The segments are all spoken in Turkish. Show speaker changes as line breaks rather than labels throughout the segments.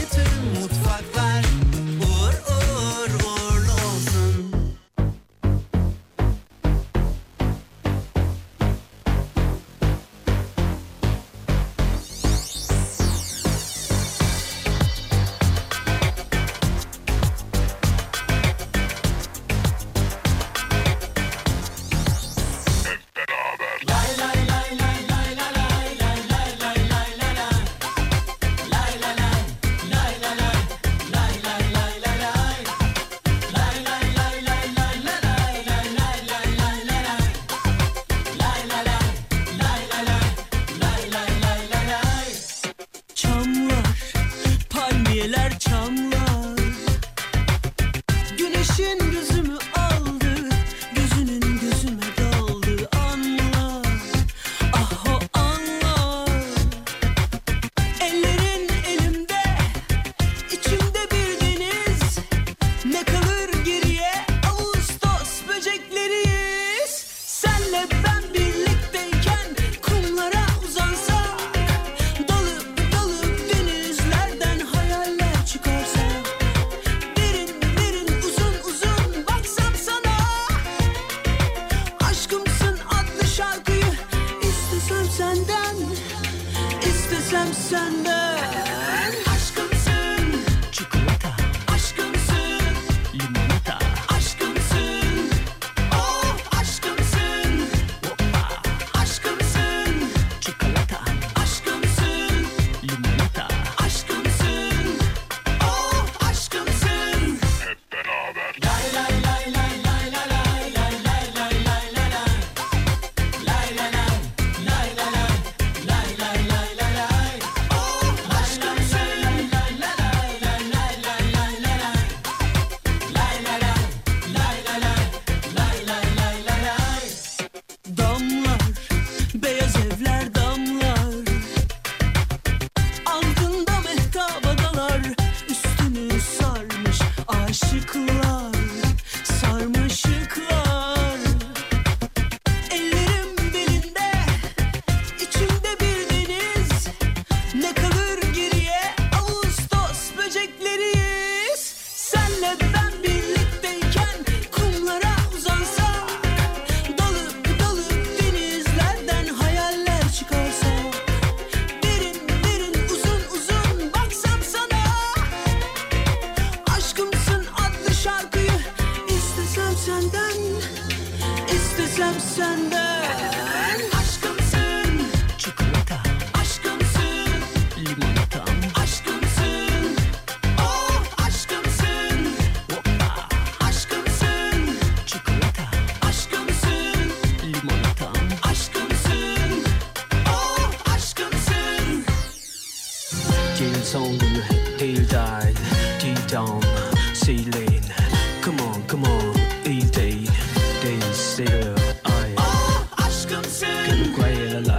Bütün mutfaklar uğur uğur uğurlu olsun. Çamlar, palmiyeler çamlar. Güneşin gözümü aldı, gözünün gözüme daldı. Anla, ah o anla. Ellerin elimde, içimde bir deniz. Ne kalır geriye Ağustos böcekleriyiz. Senle ben birlikteyken kumlara uzansak. Dalıp dalıp denizlerden hayaller çıkarsa. Derin derin uzun uzun baksam sana. Aşkımsın adlı şarkıyı istesem senden. İstesem senden. Aşkımsın. Çikolata. Aşkımsın. Limonata. Aşkımsın. Oh aşkımsın. Hoppa. Aşkımsın. Çikolata. Aşkımsın. Limonata. Aşkımsın. Oh aşkımsın. Damlar, beyaz evler damlar. Altında mehtaba dalar, üstünü sarmış aşıklar, sarmaşıklar. Ellerim belinde, içimde bir deniz. Ne kalır geriye Ağustos böcekleriyiz. Senle ben birlikteyken kumlara uzansak. Dalıp dalıp denizlerden hayaller çıkarsa. Derin derin uzun uzun baksam sana. Aşkımsın adlı şarkıyı istesem senden. İstesem senden. Aşkımsın. Çikolata. Aşkımsın. Limonata. Aşkımsın. Oh aşkımsın. Hoppa. Aşkımsın. Çikolata. Aşkımsın. Limonata. Aşkımsın. Oh aşkımsın.
Gills on you, heel down, deep down, ceiling. Come on, come on, eat day, day, sailor, I,
Oh aşkımsın.
Guayala,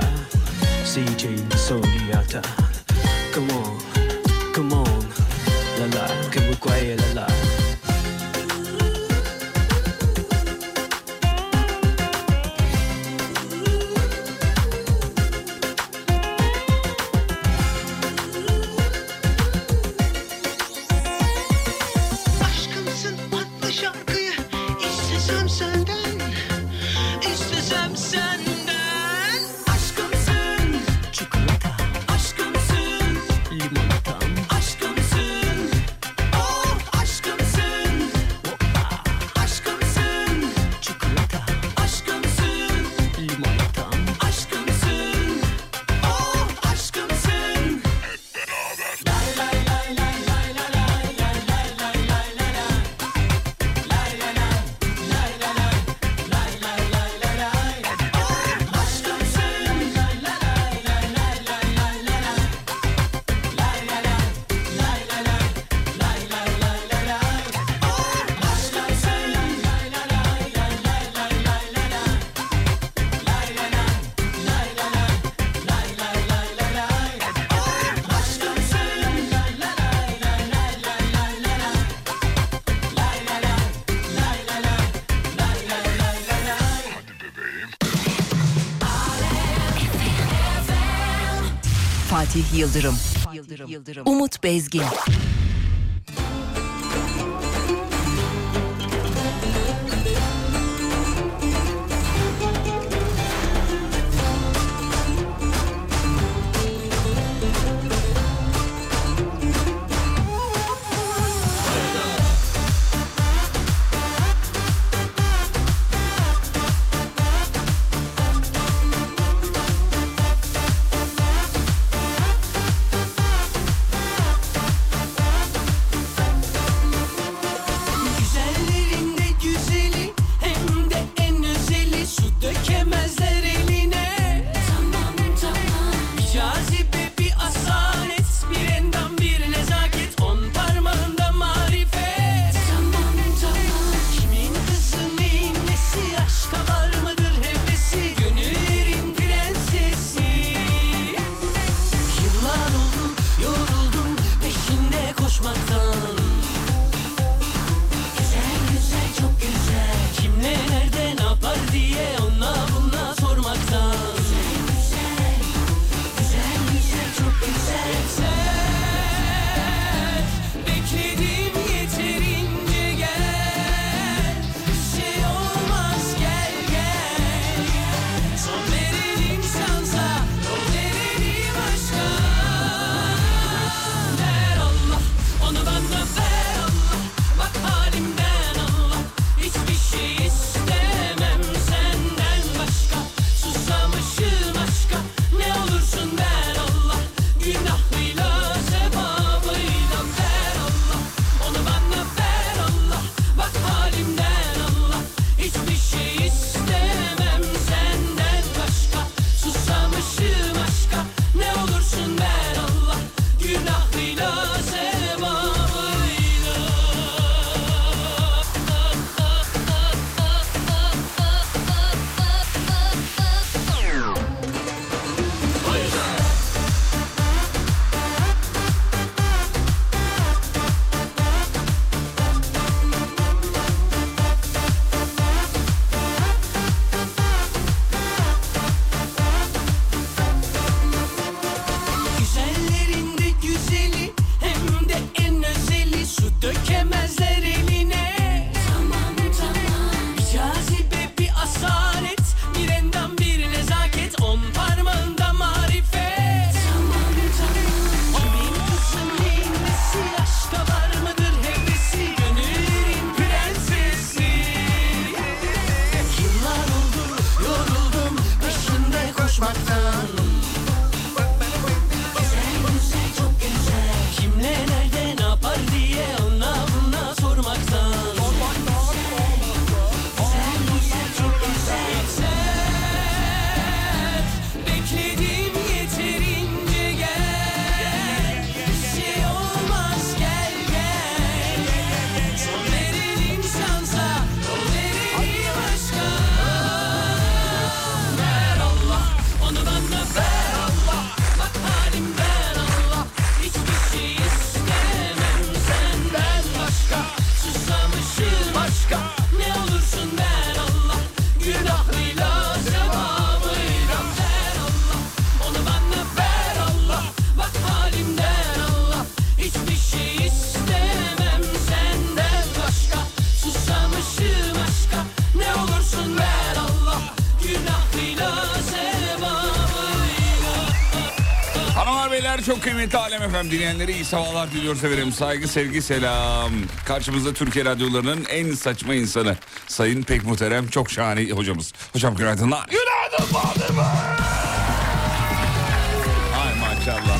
CJ, Soliata. Come on, come on, la la, que vous croyez la la.
Aşkımsın adlı şarkıyı istesem senden istesem senden Aşkımsın
Çikolata,
aşkımsın
limonata,
aşkımsın Oh aşkımsın
hoppa.
aşkımsın
Çikolata,
aşkımsın
limonata,
aşkımsın Oh aşkımsın
Fatih Yıldırım, Yıldırım. Umut Bezgin.
Güzellerin de güzeli hem de en özeli su dökemezler eline. Tamam tamam. Bir cazibe bir asalet bir endam bir nezaket on parmağında marifet. Tamam tamam. Kimin kızı neyin nesi aşka var mıdır hevesi gönüllerin prensesi. Yıllar oldu yoruldum peşinde koşmaktan Güzel güzel çok güzel Kim ne nerede ne yapar diye ona buna sormaktan Güzel güzel Güzel güzel çok güzel Sen bekledim yeterince gel Bir şey olmaz gel gel Son verelim şansa Yol verelim aşka Ver Allah onu bana ver Allah Bak halimden Allah Hiçbir şey istemem senden başka Susamışım aşka Ne olursun ver Allah Günahıyla sevabıyla ver Allah Onu bana ver Allah Bak halimden Allah Hiçbir şey istemem senden başka Susamışım aşka Ne olursun ver Allah Günahıyla sevabıyla Güzellerin de güzeli hem de en özeli su dökemezler eline. Tamam tamam. Bir cazibe bir asalet bir endam bir nezaket on parmağında marifet. Tamam tamam. Kimin kızı neyin nesi aşka var mıdır hevesi gönüllerin prensesi. Yıllar oldu yoruldum peşinde koşmaktan. Kim ne nerede ne yapar diye ona buna sormaktan Sen güzel çok güzelsen Bekledim yeterince gel Bir şey olmaz gel gel Son verelim şansa Yol verelim aşka Ver Allah onu bana ver Allah Bak halim ver Allah Hiçbir şey istemem senden başka Susamışım başka Ne olursun ver Allah Günahıyla sevabıyla Ver Allah onu bana ver Allah Bak halimden Allah Hiçbir şey istemem senden başka Susamışım aşka Ne olursun ver Allah Günahıyla sevabıyla
Hanımlar beyler çok kıymetli Alem efendim dinleyenlere iyi sabahlar diliyoruz efendim. Saygı sevgi selam. Karşımızda Türkiye radyolarının en saçma insanı. Sayın pek muhterem çok şahane hocamız. Hocam günaydınlar. Günaydın Bahadır Bey. Ay maşallah.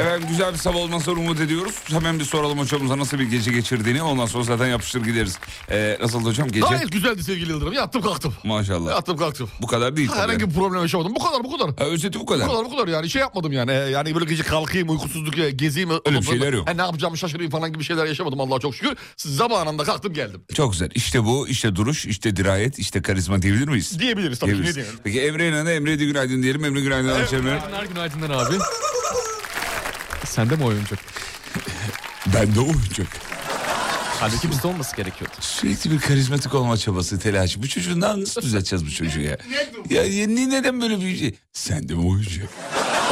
Efendim güzel bir sabah olmasını umut ediyoruz. Hemen bir soralım hocamıza nasıl bir gece geçirdiğini. Ondan sonra zaten yapıştır gideriz. Ee, nasıl hocam gece?
Gayet güzeldi sevgili Yıldırım. Yattım kalktım.
Maşallah.
Yattım kalktım.
Bu kadar değil. tabii.
Herhangi bir problem yaşamadım. Bu kadar bu kadar.
Ha, özeti bu
Bu
kadar.
kadar bu kadar yani şey yapmadım yani. Ee, Yani böyle gece kalkayım uykusuzluk ya, gezeyim.
Öyle bir şeyler yok.
Ha, ne yapacağımı şaşırayım falan gibi şeyler yaşamadım Allah'a çok şükür. Zamanında kalktım geldim.
Çok güzel. İşte bu, işte duruş, işte dirayet, işte karizma diyebilir miyiz?
Diyebiliriz tabii ki ne diyelim.
Peki Emre İnan'a Emre'ye de günaydın diyelim. Emre günaydın Ayşe Emre.
Günaydınlar günaydınlar abi. Sende mi oyuncak?
Ben de oyuncak.
Halbuki bizde olması gerekiyordu.
Sürekli bir karizmatik olma çabası, telaşı. Bu çocuğu na- nasıl düzelteceğiz bu çocuğu ya? ya ya ni- neden böyle bir şey? Sen de mi oyuncu?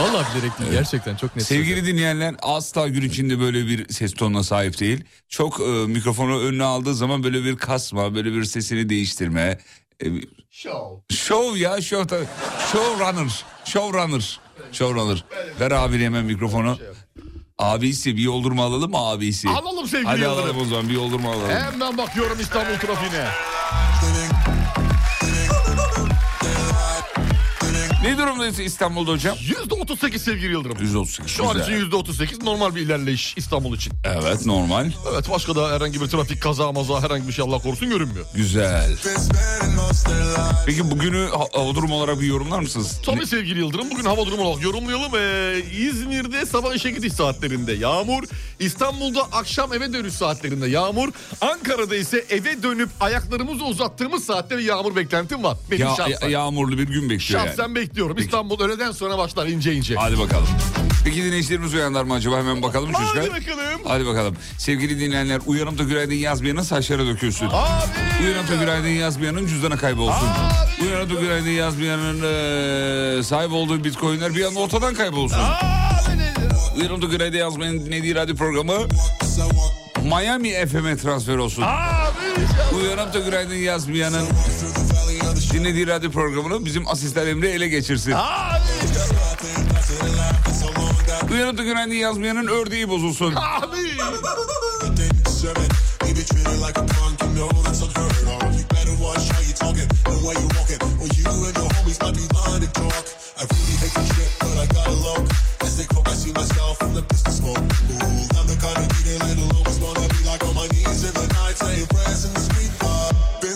Vallahi bilerek değil gerçekten çok net.
Sevgili dinleyenler asla gün içinde böyle bir ses tonuna sahip değil. Çok e, mikrofonu önüne aldığı zaman böyle bir kasma, böyle bir sesini değiştirme. E,
Şov.
show ya, show, ta- showrunner, showrunner, showrunner. Ver abine hemen mikrofonu. Abisi bir yoldurma alalım mı abisi?
Şey Alalım sevgili
Hadi
Yıldırım.
alalım o zaman bir yoldurma alalım.
Hemen bakıyorum İstanbul trafiğine.
Ne durumdayız İstanbul'da hocam?
%38 sevgili Yıldırım.
138.
Şu an için %38 normal bir ilerleyiş İstanbul için.
Evet normal.
Evet başka da herhangi bir trafik kaza maza herhangi bir şey Allah korusun görünmüyor.
Güzel. Peki bugünü ha- hava durum olarak bir yorumlar mısınız?
Tabii sevgili Yıldırım bugün hava durumu olarak yorumlayalım. Ee, İzmir'de sabah işe gidiş saatlerinde yağmur, İstanbul'da akşam eve dönüş saatlerinde yağmur, Ankara'da ise eve dönüp ayaklarımızı uzattığımız saatte bir yağmur beklentim var. Benim
Ya-
şahsen.
ya- yağmurlu bir gün bekliyor
şahsen
yani.
bekliyorum. İstanbul öğleden sonra başlar ince ince.
Hadi bakalım. Peki dinleyicilerimiz uyanlar mı acaba? Hemen bakalım çocuklar.
Hadi bakalım.
Hadi bakalım. Sevgili dinleyenler uyanıp da günaydın yazmaya nasıl haşere dökülsün?
Abi.
Uyanıp da günaydın yazmayanın cüzdanı kaybolsun. Uyanıp da günaydın yazmayanın eee, e, sahip olduğu bitcoinler bir anda ortadan kaybolsun. Uyanıp da günaydın yazmayanın dinlediği radyo programı Miami FM'e transfer olsun. Uyanıp da günaydın yazmayanın dinlediği radyo programını bizim asistan Emre ele geçirsin. Uyanıp da günaydın yazmayanın ördeği bozulsun.
Abi.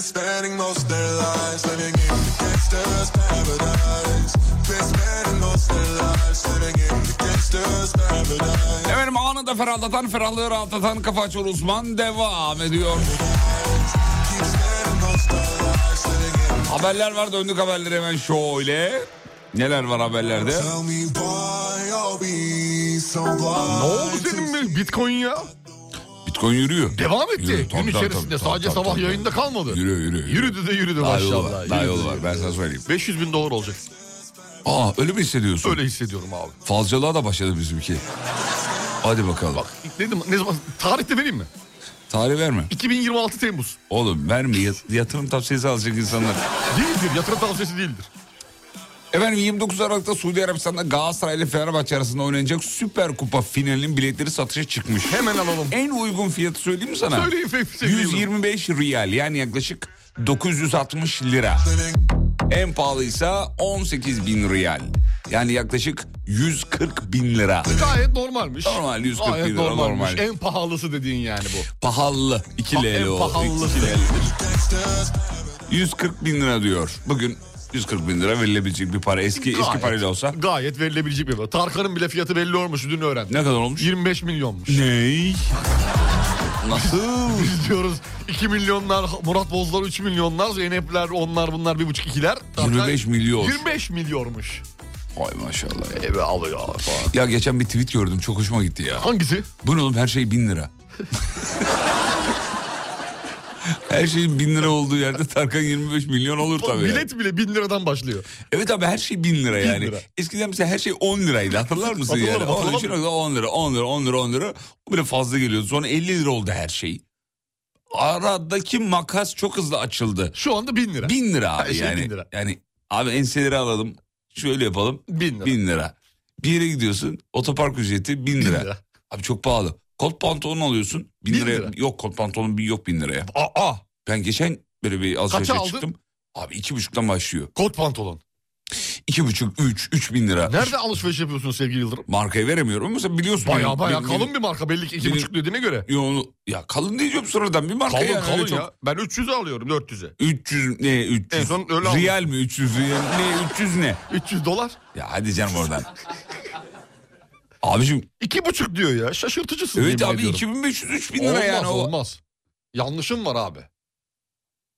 Spending most their lives living in the gangster's paradise. Been spending most their lives living in the gangster's paradise.
Efendim anı da ferahlatan, ferahlığı rahatlatan kafa açan uzman devam ediyor. Haberler var döndük haberlere hemen şöyle. Neler var haberlerde?
Tell me why I'll be so
Ne
blind.
oldu senin bir Bitcoin ya?
Bitcoin yürüyor.
Devam etti.
Yürü, tabii,
Gün
tabii,
içerisinde
tabii,
sadece
tabii,
sabah
tabii.
yayında kalmadı.
Yürü yürü. yürü.
Yürüdü de yürüdü
Daha
maşallah.
yolu var, daha
Yürüdü
yolu
de
var ben sana söyleyeyim.
500 bin dolar olacak.
Aa öyle mi hissediyorsun?
Öyle hissediyorum abi.
Falcılığa da başladı bizimki. Hadi bakalım.
Bak dedim ne zaman tarihte vereyim mi?
Tarih verme.
2026 Temmuz.
Oğlum verme yat- yatırım tavsiyesi alacak insanlar.
Değildir yatırım tavsiyesi değildir.
Efendim 29 Aralık'ta Suudi Arabistan'da Galatasaray ile Fenerbahçe arasında oynanacak Süper Kupa finalinin biletleri satışa çıkmış.
Hemen alalım. şey
En uygun fiyatı söyleyeyim mi sana?
Söyleyin sevgili Yıldırım.
125 riyal yani yaklaşık 960 lira. En pahalıysa 18 bin riyal. Yani yaklaşık 140 bin lira.
Gayet normalmiş.
Normal, 140
Gayet
lira,
normalmiş.
normal.
En pahalısı dediğin yani bu.
Pahalı. 2
Pa-
L'li
en
o.
pahalısı.
2 L'li. 140 bin lira diyor. Bugün 140 bin lira verilebilecek bir para. Eski eski
Gayet-
parayla olsa.
Gayet verilebilecek bir para. Tarkan'ın bile fiyatı belli olmuş dün öğrendim.
Ne kadar olmuş?
25 milyonmuş.
Ney? Nasıl?
Biz diyoruz 2 milyonlar, Murat Bozlar 3 milyonlar, Zeynepler onlar bunlar 1,5 2'ler. Tarkan
25 milyon.
25 milyonmuş.
Vay maşallah. ya.
Eve alıyor falan.
Ya geçen bir tweet gördüm çok hoşuma gitti ya.
Hangisi?
Bu ne oğlum her şey bin lira. her şeyin bin lira olduğu yerde Tarkan 25 milyon olur tabii. yani.
Bilet bile 1000 liradan başlıyor.
Evet abi her şey bin lira yani.
lira.
Eskiden mesela her şey 10 liraydı hatırlar mısın yani?
Hatırlarım,
Onun için
hatırlarım.
10 lira 10 lira 10 lira 10 lira. O bile fazla geliyordu. Sonra 50 lira oldu her şey. Aradaki makas çok hızlı açıldı.
Şu anda 1000 lira.
Bin lira abi
Her şey
yani.
bin lira.
Yani abi enseleri alalım. Şöyle yapalım.
1000 lira.
Bin lira. Bir yere gidiyorsun otopark ücreti bin
1000
lira.
lira.
Abi çok pahalı. Kot pantolon alıyorsun. Bin,
Bin
liraya.
lira.
Yok kot pantolon bir yok bin liraya.
Aa,
Ben geçen böyle bir alışverişe
Kaça aldın?
çıktım. Abi iki buçuktan başlıyor.
kot pantolon.
İki buçuk, üç, üç bin lira.
Nerede alışveriş yapıyorsunuz sevgili Yıldırım?
Markayı veremiyorum ama sen biliyorsun.
Baya
yani.
baya
Bir-
kalın bir marka belli ki iki
Benim-
buçuk dediğine göre.
Yo, ya kalın diyeceğim sıradan bir marka
Kalın
yani.
kalın
Öyle çok-
ya. Ben 300'ü alıyorum 400'e.
300 ne 300?
En son öyle
Riyal mi 300? Riyal ne 300 ne?
300 dolar.
Ya hadi canım oradan. Abicim
İki buçuk diyor ya şaşırtıcısın.
evet
yemin
abi
ediyorum.
2500 3000 lira
Olmaz
yani o.
olmaz. Yanlışım var abi.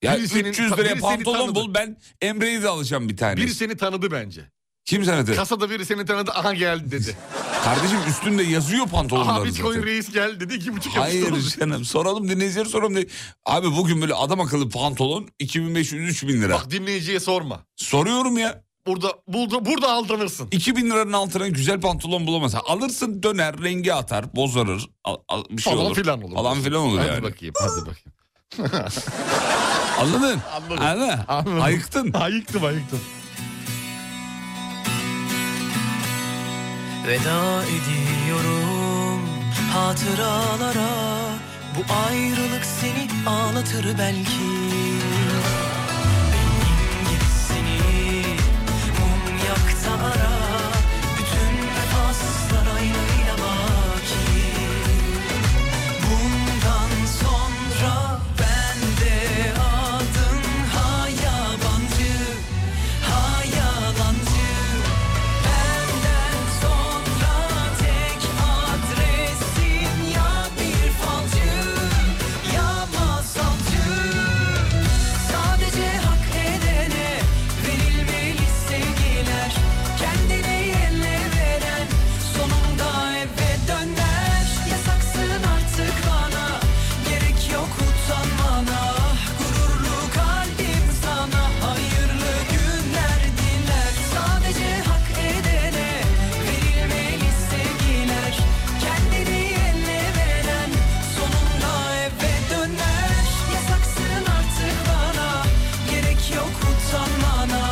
Ya
Biri senin-
300
biri
liraya
seni
pantolon
tanıdı.
bul ben Emre'yi de alacağım bir tane.
Biri seni tanıdı bence.
Kim tanıdı?
Kasada biri seni tanıdı aha geldi dedi.
Kardeşim üstünde yazıyor
aha
pantolonları
Bitcoin
zaten.
reis geldi dedi iki buçuk
Hayır
yapıştırdı.
canım soralım dinleyicilere soralım. diye. Abi bugün böyle adam akıllı pantolon 2500-3000 lira.
Bak dinleyiciye sorma.
Soruyorum ya
Burada, burada, burada aldanırsın.
2000 liranın altına güzel pantolon bulamazsan alırsın döner rengi atar bozarır al- al- bir şey
Falan
olur.
filan olur.
Falan filan olur
Hadi
yani.
bakayım hadi bakayım.
Anladın?
Anladım.
Anladın.
Anladım.
Ayıktın.
Ayıktım ayıktım.
Veda ediyorum hatıralara Bu ayrılık seni ağlatır belki Benim gibisini mum yakta ara Bütün vefasızlar aynayla baki Bundan sonra ben de adın ha yabancı ha yalancı Benden sonra tek adresin ya bir falcı ya masalcı Sadece hak edene verilmeli sevgiler Kendine yerle veren sonunda eve döner Yasaksın artık bana gerek yok utanmana Gururlu kalbim sana hayırlı günler diler Sadece hak edene verilmeli sevgiler Kendini eline veren sonunda eve döner Yasaksın artık bana gerek yok utanmana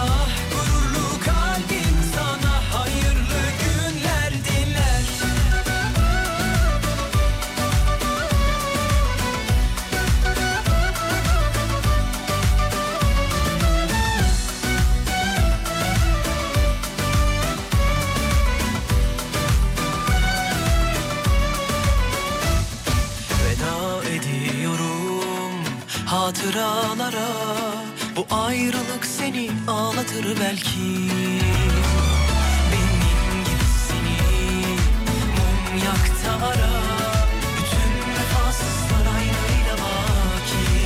Gururlu kalbim sana hayırlı günler diler Veda ediyorum hatıralara Bu ayrılık seni ağlatır belki Benim gibisini mum yakta ara Bütün vefasızlar aynayla baki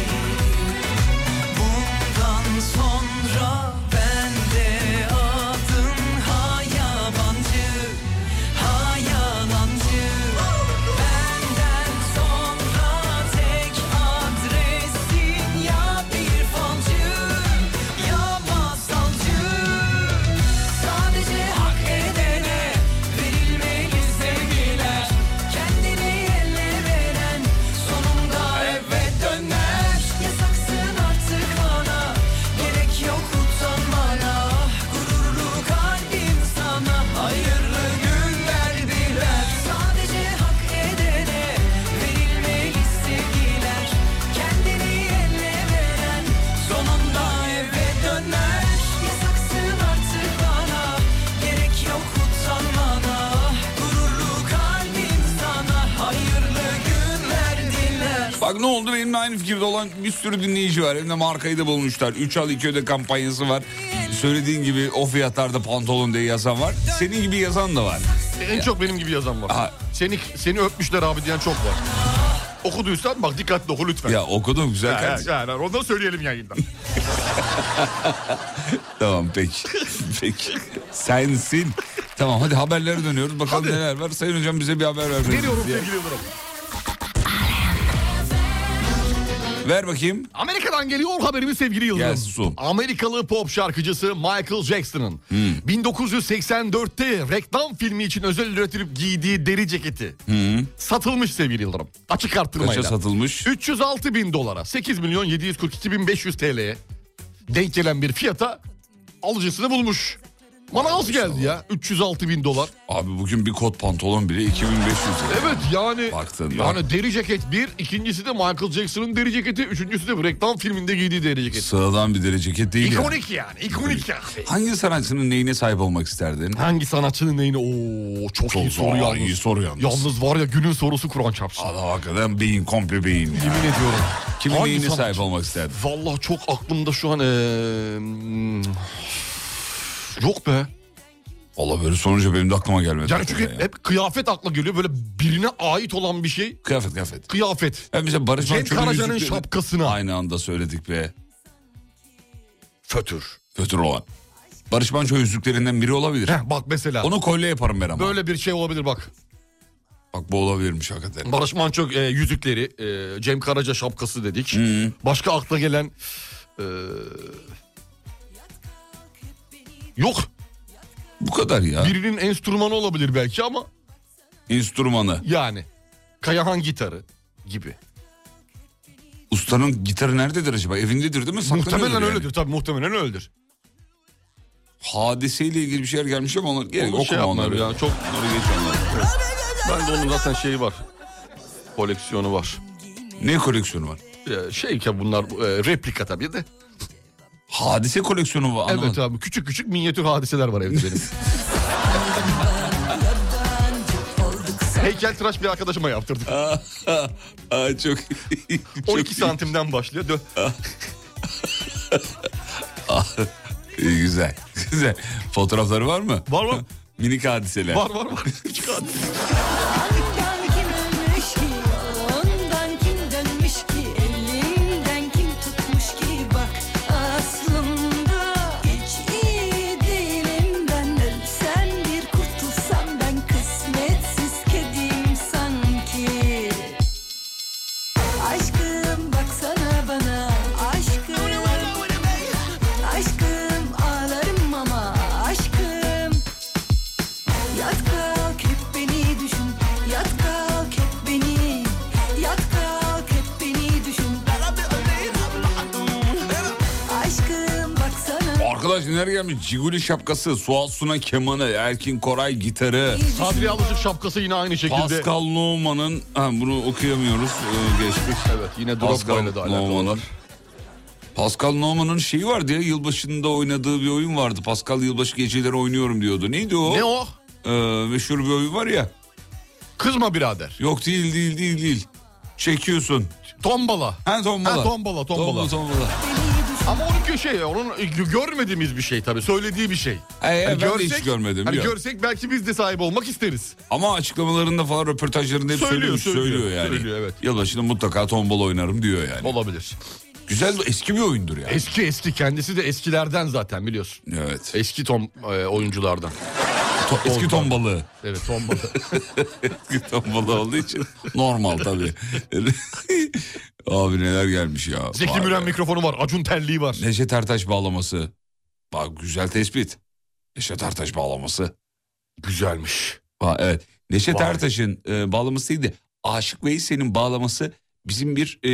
Bundan sonra ben de adım ha yabancı ha yalancı Benden sonra tek adresin ya bir falcı ya masalcı Sadece hak edene verilmeli sevgiler Kendini elle veren sonunda eve döner Yasaksın artık bana gerek yok utanmana Gururlu kalbim sana hayırlı günler diler Sadece hak edene verilmeli sevgiler Kendini elle veren sonunda eve döner Yasaksın artık bana gerek yok utanmana Gururlu kalbim sana hayırlı günler diler
Bak ne oldu benimle aynı fikirde olan bir sürü dinleyici var. Hem de markayı da bulmuşlar. 3 al 2 öde kampanyası var. Söylediğin gibi o fiyatlarda pantolon diye yazan var. Senin gibi yazan da var.
En çok benim gibi yazan var.
Aha.
Seni seni öpmüşler abi diyen çok var. Okuduysan bak dikkatli oku lütfen.
Ya okudum güzel
Ha,
kardeşim.
ha, ha, onu da söyleyelim yayında.
Tamam peki. peki. Sensin. Tamam hadi haberlere dönüyoruz. Bakalım neler var. Sayın hocam bize bir haber ver.
Veriyorum sevgili Yıldırım.
Ver bakayım.
Amerika'dan geliyor haberimiz sevgili Yıldırım.
Gelsin.
Amerikalı pop şarkıcısı Michael Jackson'ın
Hmm.
1984'te reklam filmi için özel üretilip giydiği deri ceketi satılmış sevgili Yıldırım. Açık
Kaça
arttırmayla.
satılmış?
306 bin dolara 8 milyon 742 bin 500 TL'ye denk gelen bir fiyata alıcısını bulmuş. Bana az geldi ya 306 bin dolar.
Abi bugün bir kot pantolon bile 2500 lira.
Evet yani
Baktın,
yani deri ceket bir, ikincisi de Michael Jackson'ın deri ceketi, üçüncüsü de bu reklam filminde giydiği deri ceket.
Sıradan bir deri ceket değil yani.
İkonik yani, ikonik yani.
Hangi sanatçının neyine sahip olmak isterdin?
Hangi sanatçının neyini? Oo çok, iyi
Çok zor,
soru yalnız.
iyi soru yalnız.
Yalnız var ya günün sorusu Kur'an çarpsın.
Adam hakikaten beyin komple beyin. ya.
Yemin ediyorum.
Kimin
Hangi
neyine
sanatçı?
sahip olmak isterdin?
Vallahi çok aklımda şu an eee, hmm, yok be.
Valla böyle sorunca benim de aklıma gelmedi.
Yani çünkü
Ya.
hep kıyafet akla geliyor böyle birine ait olan bir şey
Kıyafet kıyafet.
kıyafet.
Ben mesela Barış
Cem
Manço'nun
Karaca'nın
yüzüklerini
şapkasına.
Aynı anda söyledik be.
Fötür.
Fötür olan. Barış Manço yüzüklerinden biri olabilir.
Heh, bak mesela.
Onu kolye yaparım ben ama.
Böyle bir şey olabilir bak.
Bak bu olabilirmiş hakikaten.
Barış Manço e, yüzükleri, e, Cem Karaca şapkası dedik. Başka akla gelen... e, yok.
Bu kadar ya.
Birinin enstrümanı olabilir belki ama
Enstrümanı.
yani. Kayahan gitarı gibi.
Ustanın gitarı nerededir acaba? Evindedir değil mi? Saklanıyordur
Muhtemelen
yani.
öyledir tabii muhtemelen öyledir.
Hadiseyle ilgili bir şeyler gelmiş ama onlar gerek
Onu
okuma
şey yapmıyor
onları.
ya çok
Onları geç onları.
ben de onun zaten şeyi şey var. Koleksiyonu var.
Ne koleksiyonu var?
Ee, Şey ki bunlar e, replika tabii de.
Hadise koleksiyonu var. anlamadım.
Evet abi küçük küçük minyatür hadiseler var evde benim. Heykel tıraş bir arkadaşıma yaptırdık.
Aa, çok, çok
12 santimden başlıyor. Dö-
İyi, güzel. Güzel. Fotoğrafları var mı?
Var var.
Minik hadiseler.
Var var var. Küçük hadise.
Ondan kim ölmüş ki, ondan kim dönmüş ki, elinden kim tutmuş ki bak aslında hiç iyi değilim ben ölsem bir kurtulsam ben kısmetsiz kedim sanki. Aşkım baksana bana, aşkım, aşkım ağlarım ama aşkım. Yat kalk hep beni düşün Yat kalk hep beni Yat kalk hep beni düşün Aşkım baksana
Arkadaş neler gelmiş? Ciguli şapkası, Suat Suna kemanı, Erkin Koray gitarı.
Sadri Alışık şapkası yine aynı şekilde.
Pascal Numan'ın ha, bunu okuyamıyoruz ee, geçtik.
Evet yine
Pascal
Drogba'yla da alakalı.
Numan'ın. Pascal Numan'ın şeyi vardı ya yılbaşında oynadığı bir oyun vardı. Pascal yılbaşı geceleri oynuyorum diyordu. Neydi o?
Ne o?
Ee, meşhur bir oyun var ya.
Kızma birader.
Yok değil değil değil değil. Çekiyorsun.
Tombala.
Ha tombala.
Ha, tombala, tombala.
Tomba- tombala.
Ama onun şey, onun görmediğimiz bir şey tabii. Söylediği bir şey.
Ee,
Hani
ben de hiç görmedim.
Hani
yok.
görsek belki biz de sahip olmak isteriz.
Ama açıklamalarında falan röportajlarında hep
Söylüyor,
söylemiş, söylüyor,
söylüyor.
yani.
Söylüyor, evet.
Yılbaşında mutlaka tombala oynarım diyor yani.
Olabilir.
Güzel eski bir oyundur yani.
Eski eski kendisi de eskilerden zaten biliyorsun.
evet.
Eski tom e, oyunculardan.
To- eski tombalı.
Evet tombala.
Eski tombalı olduğu için normal tabii. Abi neler gelmiş ya.
Zeki
Vay
Müren
be.
mikrofonu var. Acun Terliği var.
Neşet Ertaş bağlaması. Bak güzel tespit. Neşet Ertaş bağlaması.
Güzelmiş.
Ha, evet. Neşet
Vay.
Ertaş'ın e, bağlamasıydı. Aşık Veysel'in bağlaması bizim bir e,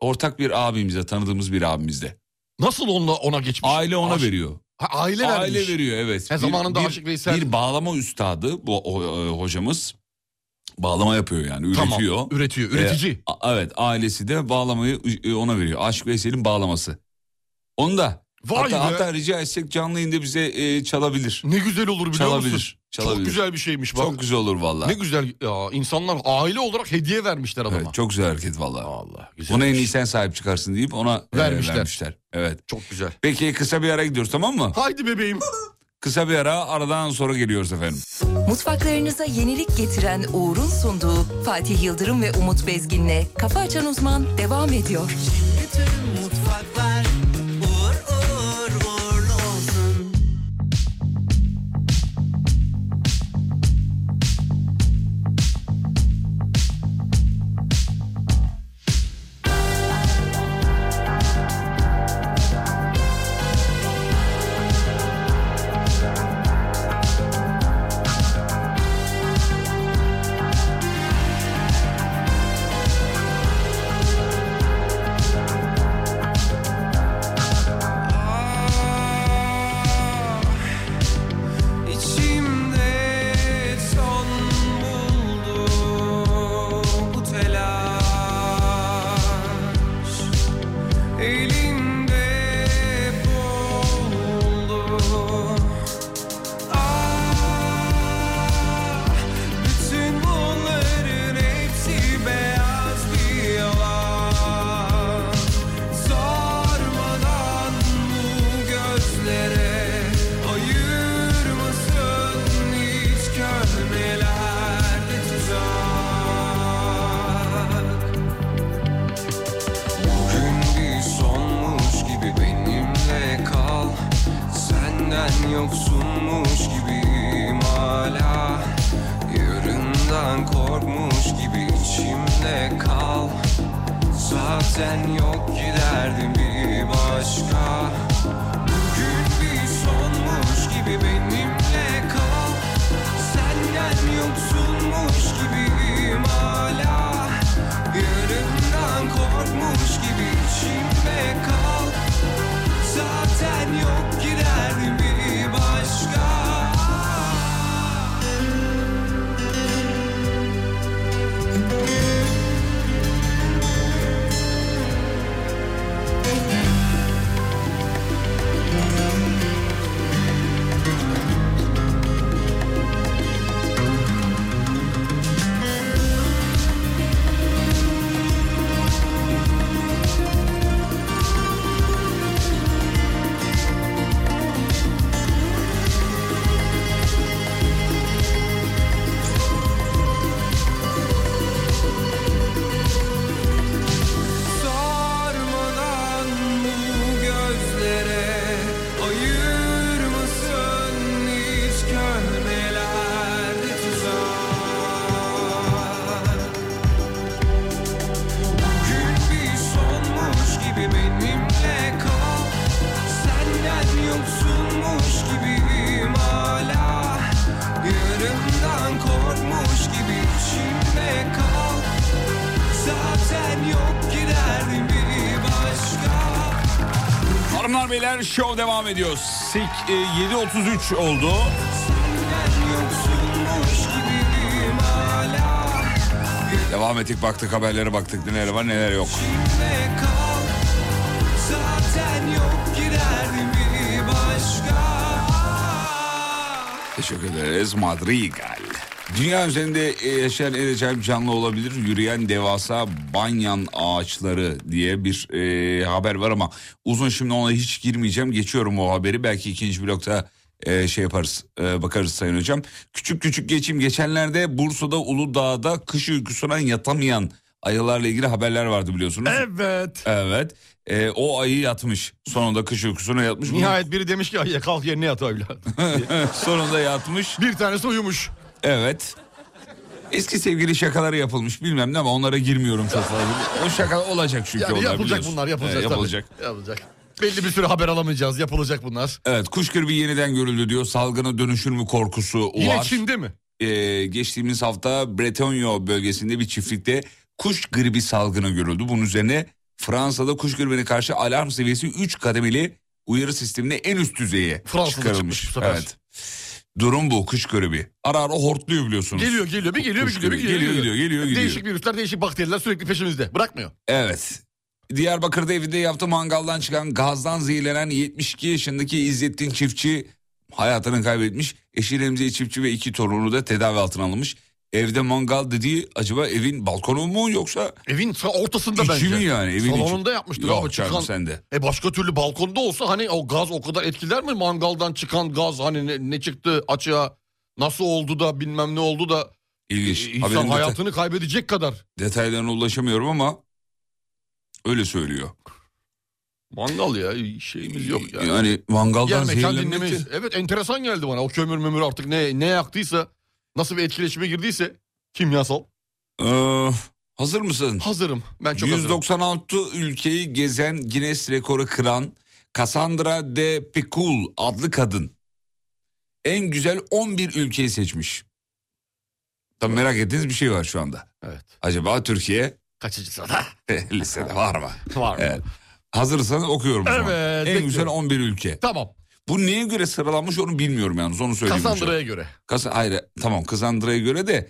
ortak bir abimizde, tanıdığımız bir abimizde.
Nasıl onunla ona geçmiş?
Aile ona
Aş-
veriyor.
Ha, aile,
Aile
vermiş.
veriyor evet.
He, zamanında Aşık Veysel-
Bir bağlama üstadı bu o- o- hocamız. Bağlama yapıyor yani üretiyor.
Tamam. Üretiyor. Üretici.
Ee, a- evet ailesi de bağlamayı e, ona veriyor. Aşık Veysel'in bağlaması. Onu da
Vay
hatta,
be.
hatta rica etsek canlı yayında bize e, çalabilir.
Ne güzel olur biliyor
Çalabilir,
musun?
çalabilir.
Çok güzel bir şeymiş bak.
Çok güzel olur valla.
Ne güzel ya insanlar aile olarak hediye vermişler adama.
Evet, çok güzel hareket valla.
Allah güzel. şey.
Buna en iyi sen sahip çıkarsın deyip ona e, vermişler.
Vermişler.
Evet.
Çok güzel.
Peki kısa bir ara gidiyoruz tamam mı?
Haydi bebeğim.
Kısa bir ara aradan sonra geliyoruz efendim.
Mutfaklarınıza yenilik getiren Uğur'un sunduğu Fatih Yıldırım ve Umut Bezgin'le Kafa Açan Uzman devam ediyor.
Bütün mutfaklar uğur uğur uğurlu olsun.
Aşkım
yokmuş gibi içimde kal Zaten yok giderdim bir başka Bugün bir sonmuş gibi benimle kal Senden yoksunmuş gibiyim hala Yarından korkmuş gibi içimde kal Zaten yok giderdim bir başka Sarmadan bu gözlere ayırmasın hiç köhneler tuzak. Bugün bir sonmuş gibi benimle kal, senden yoksunmuş gibiyim hala. Yarından korkmuş gibi içimde kal. Zaten yok giderdim bir başka
Hanımlar beyler şov devam ediyor. Sik- e, 7.33 oldu. Devam ettik baktık haberlere baktık neler var neler yok.
Ve kal Zaten yok giderdim bir başka
Teşekkür ederiz Madrigal. Dünya üzerinde e, yaşayan en acayip canlı olabilir yürüyen devasa banyan ağaçları diye bir e, haber var ama uzun şimdi ona hiç girmeyeceğim geçiyorum o haberi belki ikinci blokta e, şey yaparız e, bakarız sayın hocam. Küçük küçük geçeyim geçenlerde Bursa'da Uludağ'da kış uykusuna yatamayan ayılarla ilgili haberler vardı biliyorsunuz.
Evet.
Evet E, o ayı yatmış sonunda kış uykusuna yatmış.
Nihayet biri demiş ki ayıya kalk yerine yat öyle.
sonunda yatmış.
bir tanesi uyumuş.
Evet. Eski sevgili şakaları yapılmış bilmem ne ama onlara girmiyorum çok fazla. O şaka olacak çünkü
Yani
onlar
yapılacak
biliyorsun.
bunlar yapılacak.
Ee,
tabii.
yapılacak.
Yapılacak. Belli bir süre haber alamayacağız yapılacak bunlar.
Evet kuş gribi yeniden görüldü diyor. Salgına dönüşür mü korkusu
Yine
var.
Çin'de mi?
Ee, geçtiğimiz hafta Bretonya bölgesinde bir çiftlikte kuş gribi salgını görüldü. Bunun üzerine Fransa'da kuş gribine karşı alarm seviyesi 3 kademeli uyarı sisteminde en üst düzeye
Fransa'da
çıkarılmış.
çıkmış bu sefer.
Evet. Durum bu kuş gribi. Ara ara hortluyor biliyorsunuz.
Geliyor geliyor bir geliyor bir
Kuş
gidiyor bir
gribi.
gidiyor.
Geliyor,
bir
gidiyor, geliyor, gidiyor.
Değişik virüsler değişik bakteriler sürekli peşimizde bırakmıyor.
Evet. Diyarbakır'da evinde yaptığı mangaldan çıkan gazdan zehirlenen 72 yaşındaki İzzettin Çiftçi hayatını kaybetmiş. Eşi Remziye Çiftçi ve iki torunu da tedavi altına alınmış. Evde mangal dediği acaba evin balkonu mu yoksa
Evin sa- ortasında
içi
bence.
mi yani? Evin içi-
Salonunda yapmıştır
Yok
abi,
canım
çıkan-
sende.
E başka türlü balkonda olsa hani o gaz o kadar etkiler mi? Mangaldan çıkan gaz hani ne, ne çıktı açığa nasıl oldu da bilmem ne oldu da
İlginç.
e, insan
Haberin deta-
hayatını kaybedecek kadar.
detaylarına ulaşamıyorum ama öyle söylüyor.
Mangal ya şeyimiz yok yani.
Yani mangaldan
Yer mekan
zehirlenmek
dinlemeyiz. Evet enteresan geldi bana o kömür mümür artık ne ne yaktıysa nasıl bir etkileşime girdiyse kimyasal.
Ee, hazır mısın?
Hazırım ben çok hazırım.
196 ülkeyi gezen Guinness rekoru kıran Cassandra de Picul adlı kadın en güzel 11 ülkeyi seçmiş. Tam merak ettiğiniz bir şey var şu anda.
Evet.
Acaba Türkiye
Kaçıncı sırada?
listede var mı?
Var.
Evet. Hazırsanız okuyorum. o zaman.
Evet,
En güzel
bekliyorum.
11 ülke.
Tamam.
Bu neye göre sıralanmış onu bilmiyorum yalnız onu söyleyeyim.
Kassandra'ya göre.
Kas Hayır tamam Cassandra'ya göre de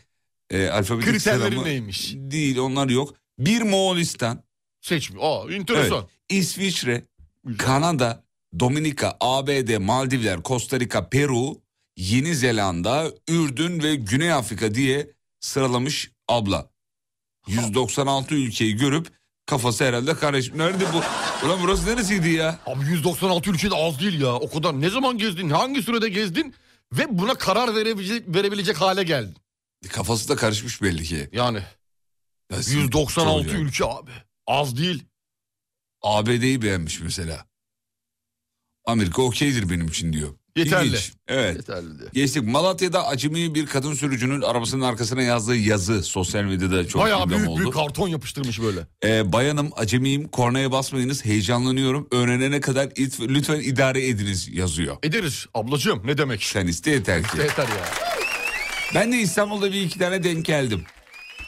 e, alfabetik
Kriterleri
sıralama-
neymiş?
Değil onlar yok. Bir Moğolistan,
Seçmiyor. Aa
Evet.
enteresan.
İsviçre, Kanada, Dominika, ABD, Maldivler, Costa Rica, Peru, Yeni Zelanda, Ürdün ve Güney Afrika diye sıralamış abla. 196 ülkeyi görüp kafası herhalde karışmış. Nerede bu? Ulan burası neresiydi ya?
Abi 196 ülkede az değil ya. O kadar ne zaman gezdin? Hangi sürede gezdin? Ve buna karar verebilecek, verebilecek hale geldin.
Kafası da karışmış belli ki.
Yani
Ya siz-
196
Çok-
ülke abi. Az değil.
ABD'yi beğenmiş mesela. Amerika okeydir benim için diyor.
Yeterli.
İlginç, Evet.
Yeterli diye.
Geçtik. Malatya'da acemi bir kadın sürücünün arabasının arkasına yazdığı yazı sosyal medyada çok
Bayağı
gündem
büyük
oldu.
bir karton yapıştırmış böyle.
Ee, bayanım acemiyim kornaya basmayınız heyecanlanıyorum öğrenene kadar it- lütfen idare ediniz yazıyor.
Ederiz ablacığım ne demek.
Sen iste yeter ki.
Yeter ya.
Ben de İstanbul'da bir iki tane denk geldim.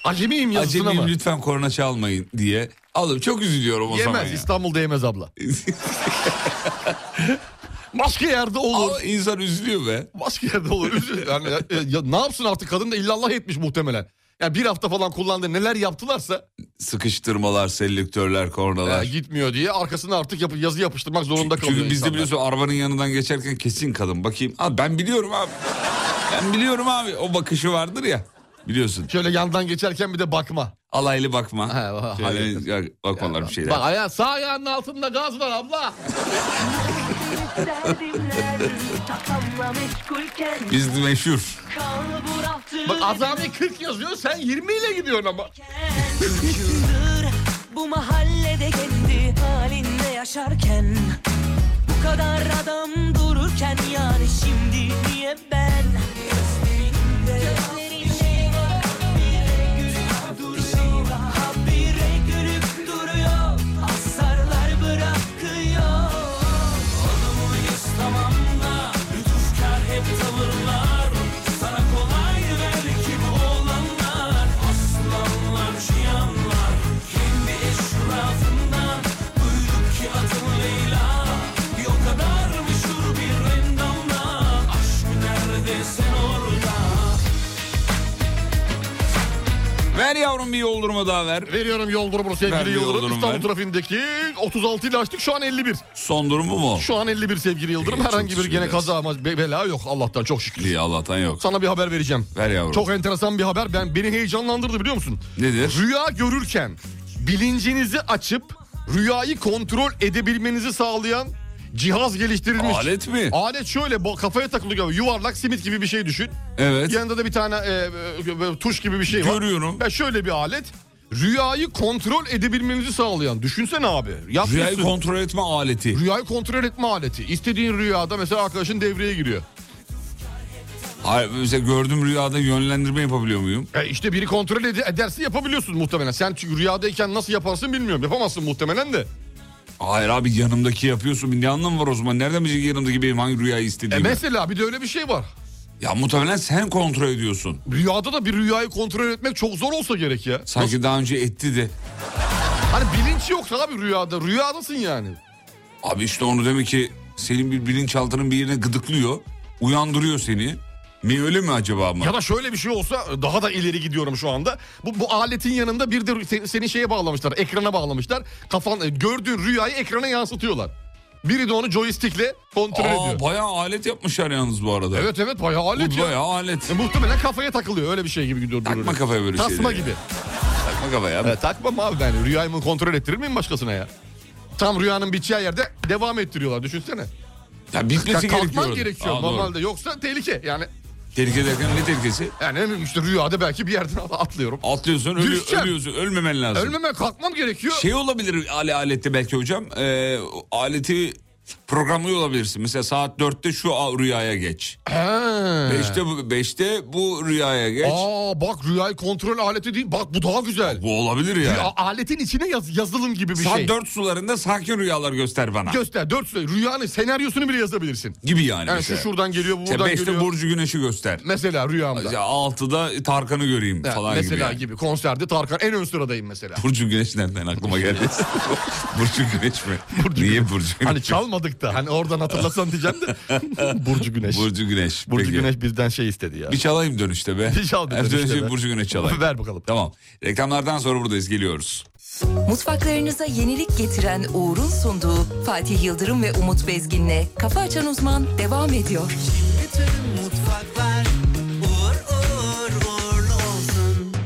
Acemiyim yazısına
Acemiyim
mı?
lütfen korna çalmayın diye. Oğlum çok üzülüyorum o zaman
Yemez
ya.
İstanbul'da yemez abla. Başka yerde olur.
Ama insan üzülüyor be.
Başka yerde olur. Üzül- Yani, e, ya ne yapsın artık kadın da illallah etmiş muhtemelen. Yani bir hafta falan kullandı neler yaptılarsa
Sıkıştırmalar, selektörler, kornalar.
e, gitmiyor diye arkasına artık yap- yazı yapıştırmak zorunda kalıyor
Çünkü bizde
insanlar.
biliyorsun arabanın yanından geçerken kesin kadın. Bakayım. Abi ben biliyorum abi. Ben biliyorum abi. O bakışı vardır ya. Biliyorsun.
Şöyle yandan geçerken bir de bakma.
Alaylı bakma.
Ha,
Şöyle
hayır.
ya, bakmalar bir şeyler.
Bak aya, sağ ayağının altında gaz var abla.
Derdimle takamla meşgulken
Biz meşhur.
kalbur altı
Bak azami 40 yazıyor sen 20 ile gidiyorsun ama.
Sır bu mahallede kendi halinde yaşarken Bu kadar adam dururken yani şimdi niye ben Gözlerinde Gözlerinde Habire gülüp duruyor Habire gülüp duruyor Asarlar bırakıyor Onumu yuslamam da Lütufkar hep tavırlar Sana kolay belki bu olanlar Aslanlar çıyanlar Kendi eşrafından Duyduk ki adımı Leyla Bir o kadar meşhur bir endamda Aşk nerede sen orada
Ver yavrum bir yoldurumu daha ver.
Veriyorum yol durumu
Ben bir
sevgili
yol
Yıldırım.
durumu
İstanbul
ver.
trafiğindeki 36 ile açtık şu an 51.
Son durum bu mu?
Şu an 51 sevgili Yıldırım.
Ee,
Herhangi
çok
bir gene
şükür.
kaza ama be- bela yok Allah'tan çok şükür.
İyi Allah'tan yok.
Sana bir haber vereceğim.
Ver yavrum.
Çok enteresan bir haber. Ben beni heyecanlandırdı biliyor musun?
Nedir?
Rüya görürken bilincinizi açıp rüyayı kontrol edebilmenizi sağlayan cihaz geliştirilmiş.
Alet mi?
Alet şöyle bu- kafaya takılıyor yuvarlak simit gibi bir şey düşün.
Evet.
Yanında da bir tane e, e, e, tuş gibi bir şey var.
Görüyorum.
Ben şöyle bir alet rüyayı kontrol edebilmenizi sağlayan. Düşünsene abi. Yapmışsın.
Rüyayı kontrol etme aleti.
Rüyayı kontrol etme aleti. İstediğin rüyada mesela arkadaşın devreye giriyor.
Hayır, mesela gördüğüm rüyada yönlendirme yapabiliyor muyum?
E işte biri kontrol ed- ederse yapabiliyorsun muhtemelen. Sen çünkü rüyadayken nasıl yaparsın bilmiyorum. Yapamazsın muhtemelen de.
Hayır abi yanımdaki yapıyorsun. Ne anlamı var o zaman? Nereden bilecek yanımdaki benim hangi rüyayı
E
istediğimi?
mesela bir de öyle bir şey var.
Ya muhtemelen sen kontrol ediyorsun.
Rüyada da bir rüyayı kontrol etmek çok zor olsa gerek ya.
Sanki daha önce etti de.
Hani bilinç yok abi rüyada. Rüyadasın yani.
Abi işte onu demek ki senin bir bilinçaltının bir yerine gıdıklıyor. Uyandırıyor seni. Mi öyle mi acaba ama?
Ya da şöyle bir şey olsa daha da ileri gidiyorum şu anda. Bu, bu aletin yanında bir de se- seni şeye bağlamışlar. Ekrana bağlamışlar. Kafan e, gördüğün rüyayı ekrana yansıtıyorlar. Biri de onu joystickle kontrol
Aa,
ediyor.
bayağı alet yapmışlar yalnız bu arada.
Evet evet bayağı alet
Bu
ya.
bayağı alet.
E, muhtemelen kafaya takılıyor öyle bir şey gibi gidiyor.
Takma
duruyor.
kafaya böyle
Tasma
şeyleri ya.
gibi.
Takma kafaya.
E, takmam abi ben. Rüyamı kontrol ettirir miyim başkasına ya? Tam rüyanın biteceği yerde devam ettiriyorlar düşünsene.
Ya
Ya
bitmesi gerekiyor.
kalkman gerekiyor
Aa, doğru.
normalde yoksa tehlike yani.
Tehlike derken ne tehlikesi?
Yani ne bileyim işte rüyada belki bir yerden atlıyorum.
Atlıyorsun ölü-
Düşeceğim.
ölüyorsun. Ölmemen lazım.
Ölmeme kalkmam gerekiyor.
Şey olabilir ale alette belki hocam. e, aleti programlıyor olabilirsin. Mesela saat 4'te şu a- rüyaya geç.
He.
5'te bu, 5'te bu rüyaya geç.
Aa bak rüyayı kontrol aleti değil. Bak bu daha güzel.
Bu olabilir ya.
Ya, aletin içine yaz, yazılım gibi bir
Saat
şey.
4 sularında sakin rüyalar göster bana.
Göster dört süre. Rüyanın senaryosunu bile yazabilirsin.
gibi yani.
Yani şu
mesela.
şuradan geliyor bu
Mesela
buradan
beşte
geliyor.
Burcu Güneş'i göster.
Mesela rüyamda.
Ya altıda Tarkan'ı göreyim
Ha,
falan
mesela
gibi. yani.
konserde Tarkan en ön sıradayım mesela.
Burcu Güneş nereden aklıma geldi? Burcu Güneş mi? Niye Burcu Güneş?
Hani çalmadık da hani oradan hatırlasan diyeceğim de. Burcu Güneş. Burcu,
Burcu Güneş. peki.
Güneş bizden şey istedi ya.
Bir çalayım dönüşte be.
Bir çal bir
Hem
dönüşte be.
Burcu Güneş çalayım.
Ver bakalım.
Tamam. Reklamlardan sonra buradayız geliyoruz.
Mutfaklarınıza yenilik getiren Uğur'un sunduğu Fatih Yıldırım ve Umut Bezgin'le Kafa Açan Uzman devam ediyor.
Bütün mutfaklar uğur uğur uğurlu olsun.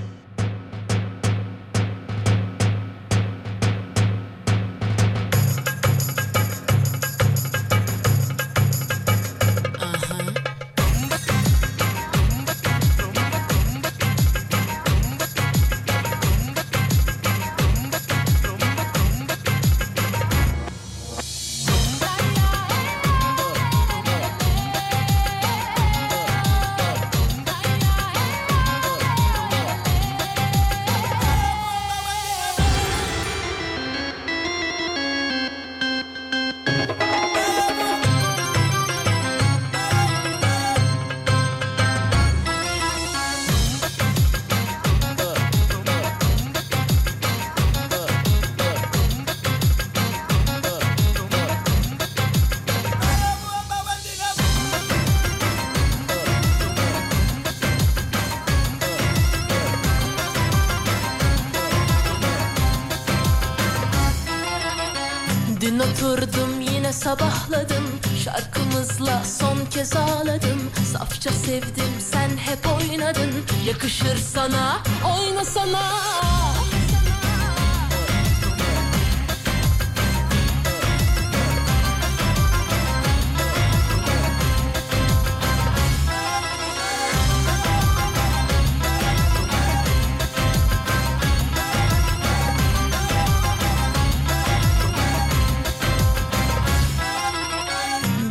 Oturdum yine sabahladım Şarkımızla son kez ağladım Safça sevdim sen hep oynadın Yakışır sana oynasana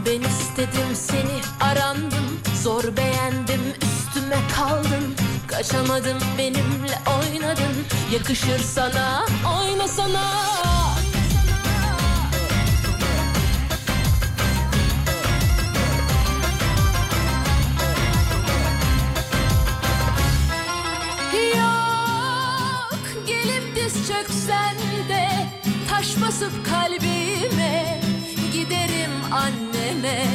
Ben istedim seni arandım Zor beğendim üstüme kaldın Kaçamadım benimle oynadın Yakışır sana oynasana Yok gelip diz çöksen de Taş basıp kalbime Giderim anneme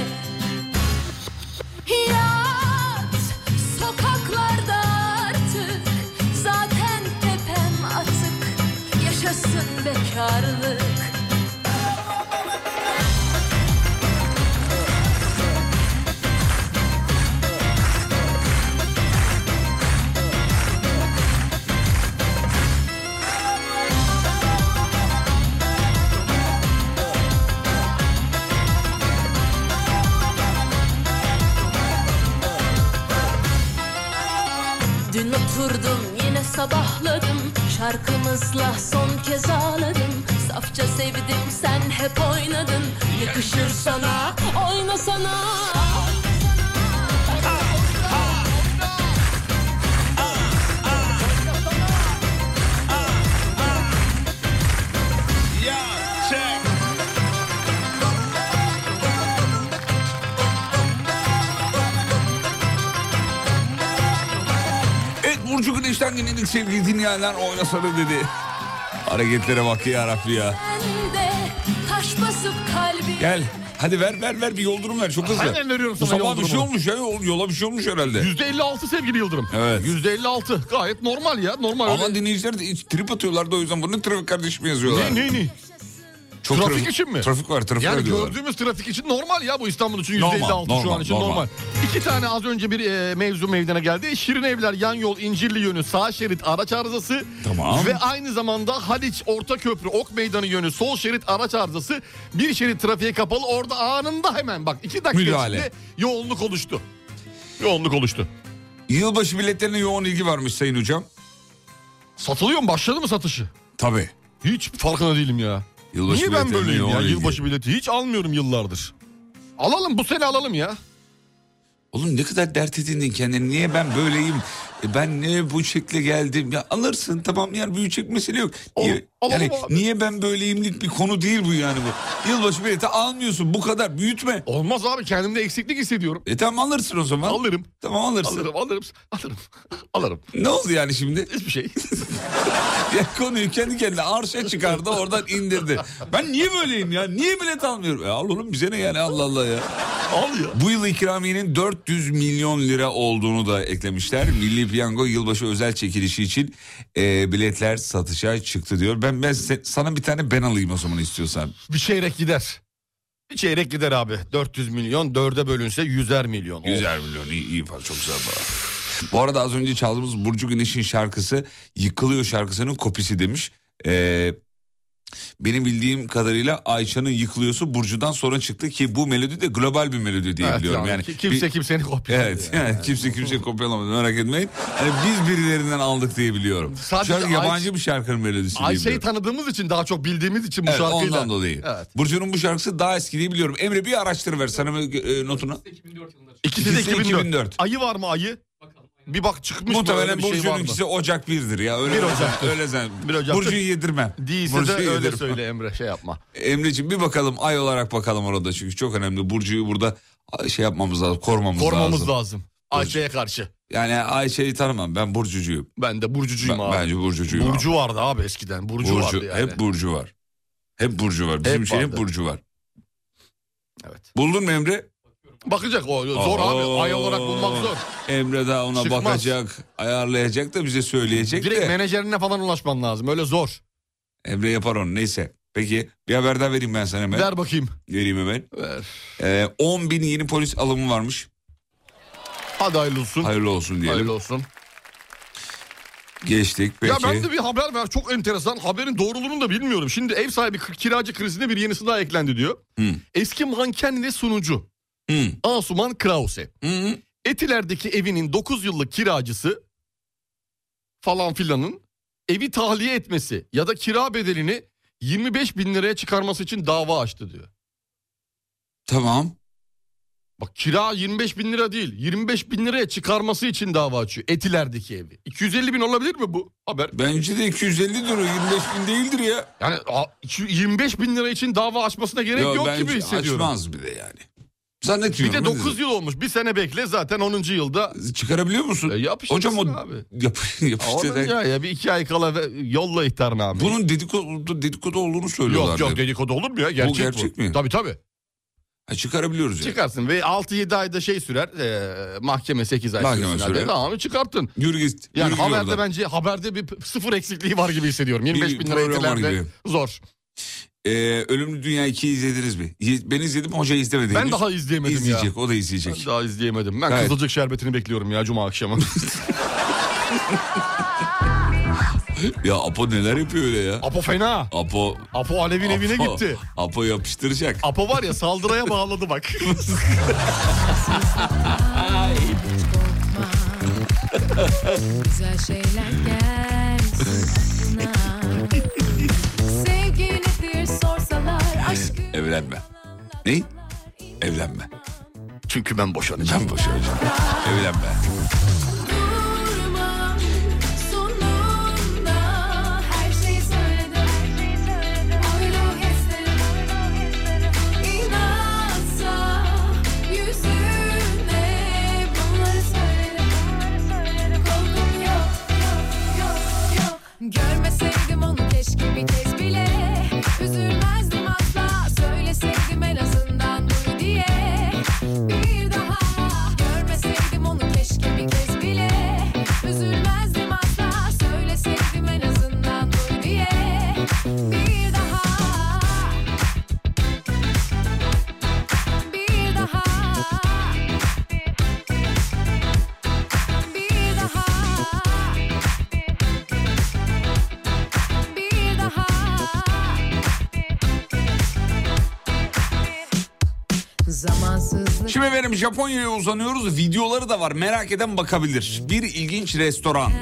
Yat sokaklarda artık Zaten tepem atık Yaşasın bekarlık Dün oturdum yine sabahladım Şarkımızla son kez ağladım Safça sevdim sen hep oynadın Yakışır sana oynasana
Evet Burcu Güneş'ten dinledik sevgili dinleyenler oynasana dedi. Hareketlere bak ya Rabbi ya.
Ben de taş basıp kalbim
Gel. Hadi ver ver ver bir yoldurum ver çok hızlı.
Aynen veriyorum sana
Bu sabah
yoldurumu.
bir şey olmuş ya yol- yola bir şey olmuş herhalde.
%56 sevgili Yıldırım.
Evet.
%56 gayet normal ya normal.
Ama
Öyle-
dinleyiciler de hiç trip atıyorlar da o yüzden bunu trafik kardeşim yazıyorlar.
Ne ne ne?
Çok
trafik için mi?
Trafik var trafik
Yani
var diyorlar.
gördüğümüz trafik için normal ya bu İstanbul için
Normal,
%56 şu an
normal,
için
normal.
normal. İki tane az önce bir e, mevzu meydana geldi. Şirin Evler yan yol İncirli yönü sağ şerit araç arızası.
Tamam.
Ve aynı zamanda Haliç Orta Köprü Ok Meydanı yönü sol şerit araç arızası. Bir şerit trafiğe kapalı orada anında hemen bak iki dakika
Müdahale.
içinde yoğunluk oluştu. Yoğunluk oluştu.
Yılbaşı biletlerine yoğun ilgi varmış Sayın Hocam.
Satılıyor mu başladı mı satışı?
Tabii.
Hiç farkında değilim ya.
Yılbaşı
Niye ben
biletlerine
böyleyim ya
yoğun ilgi.
yılbaşı bileti hiç almıyorum yıllardır. Alalım bu sene alalım ya.
Oğlum ne kadar dert edindin kendini. Niye ben böyleyim? E Ben ne bu şekle geldim? Ya alırsın tamam yani büyüyecek mesele yok. Niye,
alalım
yani
abi.
niye ben böyleyimlik bir konu değil bu yani bu. Yılbaşı bileti almıyorsun bu kadar büyütme.
Olmaz abi kendimde eksiklik hissediyorum.
E tamam alırsın o zaman.
Alırım.
Tamam alırsın.
Alırım alırım alırım. alırım.
Ne oldu yani şimdi?
Hiçbir şey.
Ya konuyu kendi kendine arşa çıkardı oradan indirdi. Ben niye böyleyim ya? Niye bilet almıyorum? E al oğlum bize ne yani Allah Allah ya.
Al ya.
Bu yıl ikramiyenin 400 milyon lira olduğunu da eklemişler. Milli Piyango yılbaşı özel çekilişi için e, biletler satışa çıktı diyor. Ben ben se- sana bir tane ben alayım o zaman istiyorsan.
Bir çeyrek gider. Bir çeyrek gider abi. 400 milyon dörde bölünse 100'er milyon.
Güzel milyon iyi, iyi para çok güzel para. Bu arada az önce çaldığımız Burcu Güneş'in şarkısı Yıkılıyor şarkısının kopisi demiş. E, benim bildiğim kadarıyla Ayça'nın yıkılıyorsu Burcu'dan sonra çıktı ki bu melodi de global bir melodi diye
Evet,
biliyorum.
yani
Yani,
ki- kimse
bir-
kimseni kopyalıyor.
Evet yani kimse kimse kopyalamadı merak etmeyin. Hani biz birilerinden aldık diye biliyorum.
Sadece
Şarkı
Ay-
yabancı bir şarkının melodisi diye
Ayşe'yi
biliyorum.
tanıdığımız için daha çok bildiğimiz için bu
Evet,
şarkıyla.
ondan dolayı.
Evet.
Burcu'nun bu şarkısı daha eski diye biliyorum. Emre bir araştır ver sana e, notunu.
İkisi de
İkisi de
2004.
2004.
Ayı var mı ayı? Bir bak çıkmış mı öyle
Muhtemelen
bir şey var mı?
Burcu'nunkisi Ocak 1'dir ya. Öyle
Bir
zan-
Ocak'tır.
Öyle zan.
Bir Ocak'tır.
Burcu'yu yedirmem.
Değilse
Burcu'yu
de öyle
yedirmem.
söyle Emre şey yapma.
Emre'ciğim bir bakalım ay olarak bakalım orada çünkü çok önemli. Burcu'yu burada şey yapmamız lazım, korumamız,
Korumamız
lazım.
lazım. Ayşe'ye karşı.
Yani Ayşe'yi tanımam. Ben Burcu'cuyum.
Ben de Burcucuyum
Ben,
abi.
bence Burcu'cuyum. abi.
Burcu vardı abi eskiden. Burcu,
Burcu,
vardı yani.
Hep Burcu var. Hep Burcu var. Bizim
Hep
şey hep
vardı.
Burcu var.
Evet.
Buldun mu Emre?
Bakacak o zor
Oo.
abi. Ay olarak bulmak zor.
Emre daha ona
Çıkmaz.
bakacak, ayarlayacak da bize söyleyecek
Direkt
de.
menajerine falan ulaşman lazım. Öyle zor.
Emre yapar onu neyse. Peki bir haber daha vereyim ben sana hemen.
Ver bakayım.
Vereyim hemen.
Ver.
Ee, 10 bin yeni polis alımı varmış.
Hadi hayırlı olsun.
Hayırlı olsun diyelim.
Hayırlı olsun.
Geçtik peki.
Ya ben de bir haber var çok enteresan. Haberin doğruluğunu da bilmiyorum. Şimdi ev sahibi kır- kiracı krizine bir yenisi daha eklendi diyor. Eski manken ve sunucu. Asuman Krause. Etiler'deki evinin 9 yıllık kiracısı falan filanın evi tahliye etmesi ya da kira bedelini 25 bin liraya çıkarması için dava açtı diyor.
Tamam.
Bak kira 25 bin lira değil 25 bin liraya çıkarması için dava açıyor Etiler'deki evi. 250 bin olabilir mi bu haber?
Bence de 250 duruyor 25 bin değildir ya.
Yani a- iki- 25 bin lira için dava açmasına gerek
Ya
yok
bence
gibi hissediyorum.
Açmaz bir de yani. Zannetmiyorum.
Bir de
ne
9 yıl olmuş bir sene bekle zaten 10. yılda.
Çıkarabiliyor musun?
E, yapıştır
Hocam o
abi.
yap, yapıştırarak-
Ya, ya bir iki ay kala ve yolla ihtarını abi.
Bunun dedikodu, dedikodu olduğunu söylüyorlar.
Yok yok dedikodu olur mu ya? Gerçek
bu gerçek mi?
Tabii tabii.
Ha, çıkarabiliyoruz yani.
Çıkarsın ve 6-7 ayda şey sürer e, mahkeme 8 ay
Mahkeme
mahkeme sürer.
sürer.
Tamam çıkarttın.
Yürü git.
Yani
yürü git
haberde
oradan.
bence haberde bir p- sıfır eksikliği var gibi hissediyorum. 25
Bir
bin lira
program var
etilerde
gibi.
zor.
Ee, Ölümlü Dünya 2'yi izlediniz mi? İz- Ben izledim hoca izlemedi.
Ben
henüz.
daha izleyemedim ya.
İzleyecek o da izleyecek.
Ben daha izleyemedim. Ben
Gayet.
Kızılcık Şerbeti'ni bekliyorum ya cuma akşamı.
Ya Apo neler yapıyor öyle ya?
Apo fena.
Apo...
Apo Alev'in evine
Apo-
gitti.
Apo yapıştıracak.
Apo var ya saldırıya bağladı bak.
Güzel şeyler gelsin aklına. Sevgi nedir sorsalar aşkı
Evlenme. Ne? Evlenme.
Çünkü ben boşanacağım.
Ben boşanacağım. Evlenme.
durmam. Sonunda her şey şeyi şey söyledim. Oylu hislerim. İnansa yüzüne bunları söylerim. Korkum yok. Görmeseydim onu keşke bir kez bile Üzülmezdim asla Söyleseydim en azından bunu diye Bir daha Görmeseydim onu keşke bir kez bile Üzülmezdim asla Söyleseydim en azından bunu diye Bir daha Bir daha Bir daha bir daha Zamansızlık
Şimdi efendim Japonya'ya uzanıyoruz. Videoları da var. Merak eden bakabilir. Bir ilginç restoran.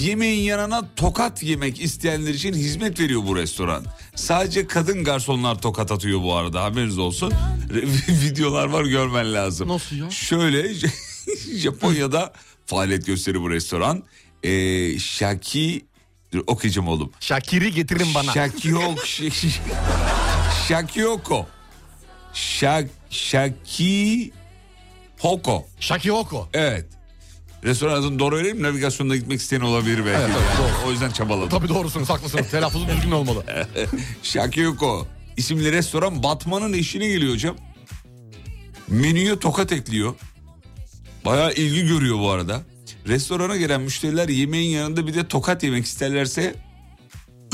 Yemeğin yanına tokat yemek isteyenler için hizmet veriyor bu restoran. Sadece kadın garsonlar tokat atıyor bu arada haberiniz olsun. Re- Videolar var görmen lazım. Nasıl ya? Şöyle Japonya'da faaliyet gösteriyor bu restoran. Ee, Shaki... Dur okuyacağım oğlum.
Şakir'i getirin bana.
Şakyok... Şakyoko. Şak, Şaki Hoko.
Şaki Hoko.
Evet. Restoran adını doğru vereyim navigasyonda gitmek isteyen olabilir belki.
Evet, evet,
o yüzden çabaladım.
Tabii doğrusunuz haklısınız. Telaffuzu düzgün olmalı.
Şakiyoko isimli restoran Batman'ın eşine geliyor hocam. Menüye tokat ekliyor. Bayağı ilgi görüyor bu arada. Restorana gelen müşteriler yemeğin yanında bir de tokat yemek isterlerse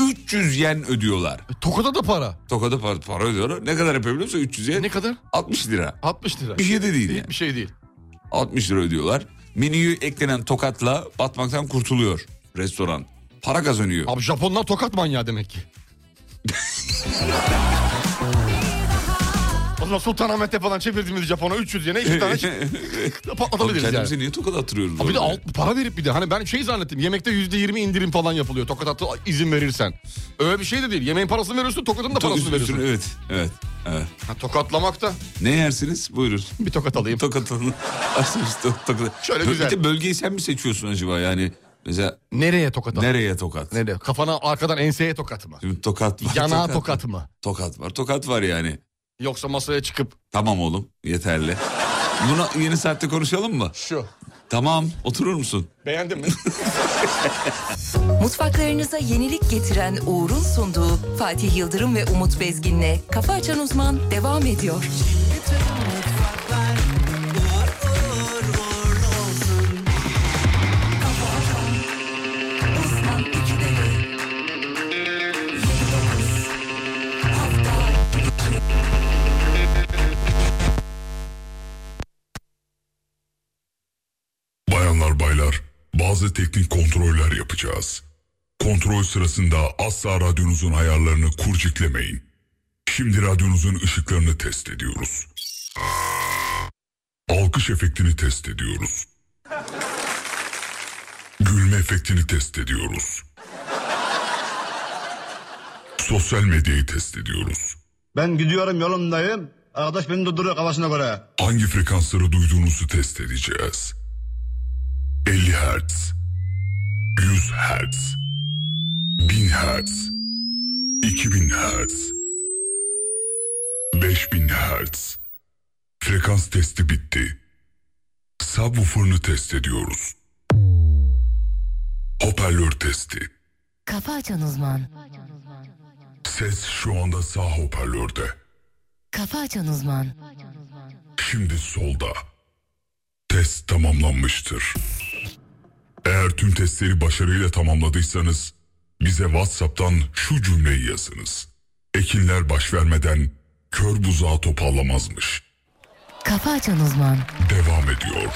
300 yen ödüyorlar.
E, Tokada da para.
Tokada para, para ödüyorlar. Ne kadar yapabiliyorsa 300 yen.
Ne kadar?
60 lira.
60 lira.
Bir şey de değil yani.
Bir şey değil.
60 lira ödüyorlar. Menüyü eklenen tokatla batmaktan kurtuluyor restoran. Para kazanıyor.
Abi Japonlar tokat manyağı demek ki. O zaman Sultanahmet'te falan çevirdiğimiz Japon'a 300 yene iki tane şey-
Abi
patlatabiliriz yani.
kendimize niye tokat attırıyoruz?
Abi bir de
orada?
alt, para verip bir de hani ben şey zannettim yemekte yüzde yirmi indirim falan yapılıyor tokat atı izin verirsen. Öyle bir şey de değil yemeğin parasını veriyorsun tokatın da
Tokat
parasını
üstüne-
veriyorsun.
Evet, evet. evet.
Ha, tokatlamak da
Ne yersiniz? Buyurun.
bir tokat alayım.
Tokatını açmış to- tokat.
Şöyle
Bö-
güzel.
Bir de bölgeyi sen mi seçiyorsun acaba yani? Mesela
Nereye tokat at?
nereye tokat?
Nereye? Kafana arkadan enseye tokat mı?
Şimdi tokat var.
Yanağa
tokat.
tokat mı?
Tokat var. Tokat var yani.
Yoksa masaya çıkıp
Tamam oğlum yeterli. Bunu yeni saatte konuşalım mı?
şu.
Tamam oturur musun?
Beğendin mi?
Mutfaklarınıza yenilik getiren Uğur'un sunduğu Fatih Yıldırım ve Umut Bezgin'le Kafa Açan Uzman devam ediyor.
Uzman iki deli. Yedi dokuz.
yapacağız. Kontrol sırasında asla radyonuzun ayarlarını kurciklemeyin. Şimdi radyonuzun ışıklarını test ediyoruz. Alkış efektini test ediyoruz. Gülme efektini test ediyoruz. Sosyal medyayı test ediyoruz.
Ben gidiyorum yolumdayım. Arkadaş beni durduruyor kafasına göre.
Hangi frekansları duyduğunuzu test edeceğiz. 50 Hz, 100 Hz, 1000 Hz, 2000 Hz, 5000 Hz. Frekans testi bitti. Subwoofer'ını test ediyoruz. Hoparlör testi.
Kafa açan uzman.
Ses şu anda sağ hoparlörde.
Kafa açan uzman.
Şimdi solda. Test tamamlanmıştır. Eğer tüm testleri başarıyla tamamladıysanız bize WhatsApp'tan şu cümleyi yazınız. Ekinler baş vermeden kör buzağı toparlamazmış.
Kafa açan uzman.
Devam ediyor.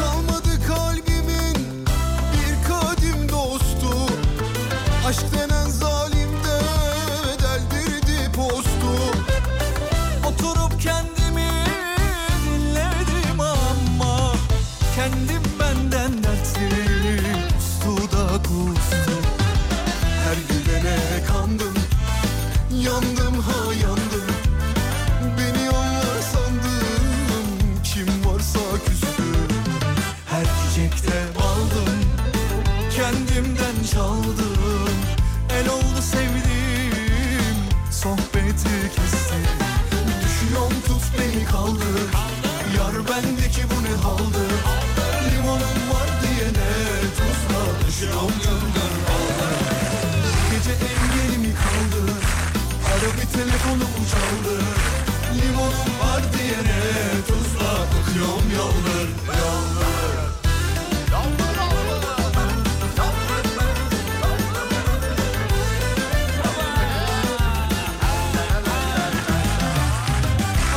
Kalmadı kalbimin bir kadim dostu Aşk denen zalim de deldirdi postu
Oturup kendimi dinledim ama Kendim benden dertli
Kustu da kustu Her gülene kandım Yandım ha yandım Beni onlar sandım Kim varsa küstü Her çiçekte baldım Kendimden çaldım El oldu sevdiğim Sohbeti kestim Düşüyorum tut beni kaldır Yar bendeki bu ne haldır Limonum var diyene tuzla Düşüyorum gönder kaldır Gece engelimi kaldır Ara bir telefonumu çaldı Limonum var diyene tuzla Kokuyorum yaldır Yaldır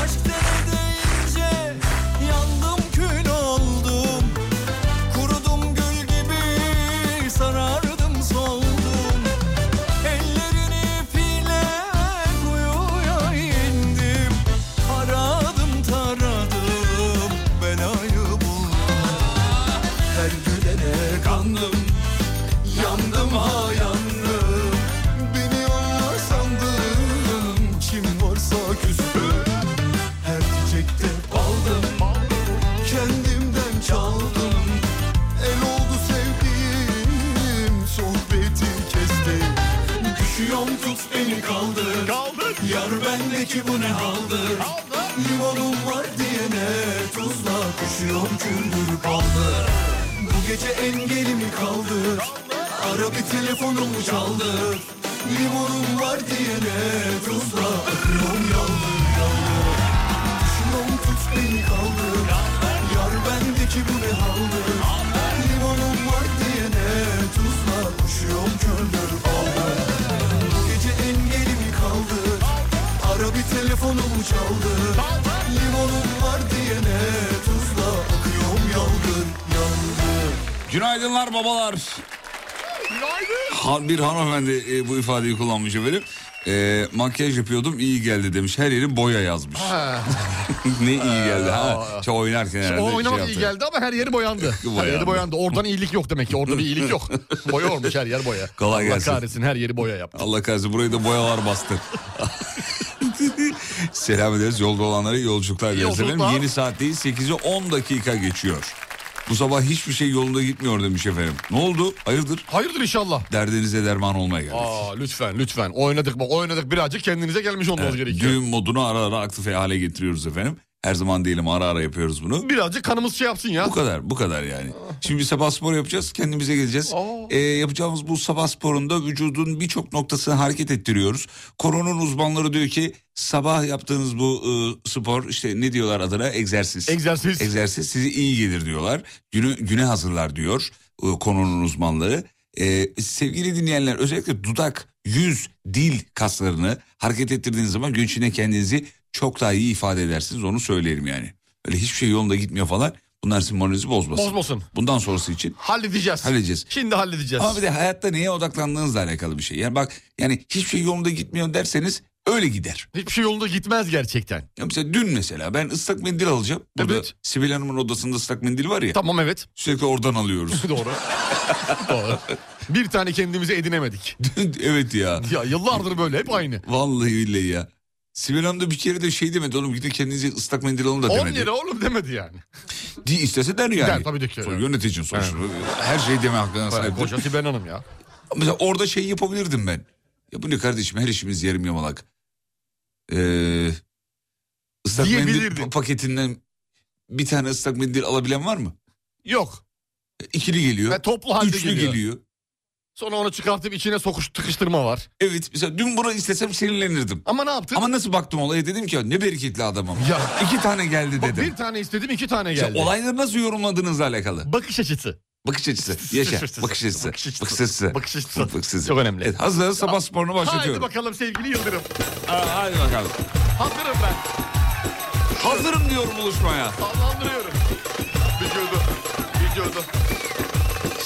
Aşk dene deyince yandım kül oldum Kurudum gül gibi sarardım soldum Ellerini ipiyle kuyuya indim Aradım taradım belayı buldum
Her gülene kandım Yandım ha yandım Beni onlar sandım Kim varsa küstüm Her çiçekte baldım Kendimden çaldım El oldu sevdiğim Sohbeti kesti Düşüyorum tut beni kaldır Kaldır Yar bendeki bu ne haldır Limonum var diyene Tuzla koşuyorum küldür baldır Bu gece engelimi kaldır Ara bir telefonumu çaldır Limonum var diyene Tuzla akıyorum yaldır yaldır Düşüyorum tut beni kaldır Yar bendeki bu ne haldır Limonum var diyene Tuzla koşuyorum köldür baldır Bu gece engelimi kaldır Ara bir telefonumu çaldır Limonum var diyene Tuzla akıyorum yaldır yaldır
Günaydınlar babalar. Günaydın. Bir hanımefendi e, bu ifadeyi kullanmış efendim. E, makyaj yapıyordum iyi geldi demiş. Her yeri boya yazmış. ne iyi geldi ha. Çok oynarken herhalde.
O
şey
Ee, oynamak iyi
yaptı.
geldi ama her yeri boyandı. her
Boyandı.
yeri boyandı. Oradan iyilik yok demek ki. Orada bir iyilik yok. Boya olmuş her yer boya.
Kolay
Allah
gelsin.
kahretsin her yeri boya yaptı.
Allah kahretsin burayı da boyalar bastı. Selam ederiz yolda olanlara iyi yolculuklar dileriz
yolculuklar.
efendim. Yeni saat değil 8'i 10 dakika geçiyor. Bu sabah hiçbir şey yolunda gitmiyor demiş efendim. Ne oldu? Hayırdır?
Hayırdır inşallah.
Derdinize derman olmaya geldik.
Aa lütfen lütfen oynadık bak oynadık birazcık kendinize gelmiş olmanız
Evet,
gerekiyor.
düğün modunu ara ara aktif hale getiriyoruz efendim. Her zaman diyelim ara ara yapıyoruz bunu.
Birazcık kanımız şey yapsın ya.
Bu kadar bu kadar yani. Şimdi sabah spor yapacağız kendimize geleceğiz. Ee, yapacağımız bu sabah sporunda vücudun birçok noktasını hareket ettiriyoruz. Koronun uzmanları diyor ki sabah yaptığınız bu e, spor işte ne diyorlar adına egzersiz.
Egzersiz.
Egzersiz sizi iyi gelir diyorlar. Günü, güne hazırlar diyor e, konunun uzmanları. Ee, sevgili dinleyenler özellikle dudak, yüz, dil kaslarını hareket ettirdiğiniz zaman gün içinde kendinizi çok daha iyi ifade edersiniz onu söyleyelim yani. Öyle hiçbir şey yolunda gitmiyor falan bunlar sizin moralinizi bozmasın.
Bozmasın.
Bundan sonrası için
Halledeceğiz.
halledeceğiz.
Şimdi halledeceğiz.
Ama bir de hayatta neye odaklandığınızla alakalı bir şey. Yani bak yani hiçbir şey yolunda gitmiyor derseniz öyle gider.
Hiçbir şey yolunda gitmez gerçekten.
Ya mesela dün mesela ben ıslak mendil alacağım. Burada Sibel Hanım'ın odasında ıslak mendil var ya.
Tamam evet.
Sürekli oradan alıyoruz.
Doğru. Doğru. Bir tane kendimize edinemedik.
evet ya.
Ya yıllardır böyle hep aynı.
Vallahi billahi ya. Sibel Hanım da bir kere de şey demedi oğlum gidin kendinize ıslak mendil alın da
10
demedi.
lira oğlum demedi yani.
Di istese der yani.
Der tabii de ki.
Sonuç- Yöneticin sonuçta. Her şey deme hakkına sahip.
Koca Sibel Hanım ya.
Mesela orada şey yapabilirdim ben. Ya bu ne kardeşim her işimiz yarım yamalak. Ee, ıslak mendil pa- paketinden bir tane ıslak mendil alabilen var mı?
Yok.
İkili geliyor.
Ve toplu halde
Üçlü
geliyor.
geliyor.
Sonra onu çıkartıp içine sokuş tıkıştırma var.
Evet mesela dün bunu istesem sinirlenirdim.
Ama ne yaptın?
Ama nasıl baktım olaya dedim ki "Ya ne bereketli adamım.
Ya.
İki tane geldi
Bak,
dedim.
bir tane istedim iki tane
İşte
geldi.
olayları nasıl yorumladığınızla alakalı.
Bakış açısı.
Bakış açısı. Yaşa. Bakış açısı. Bakış açısı. Bakış açısı.
Çok önemli.
Evet, hazırız sabah sporunu
Haydi
başlatıyorum.
bakalım sevgili Yıldırım.
Aa, hadi bakalım.
Hazırım ben.
Hazırım diyorum buluşmaya.
Sallandırıyorum. Vücudu. Vücudu.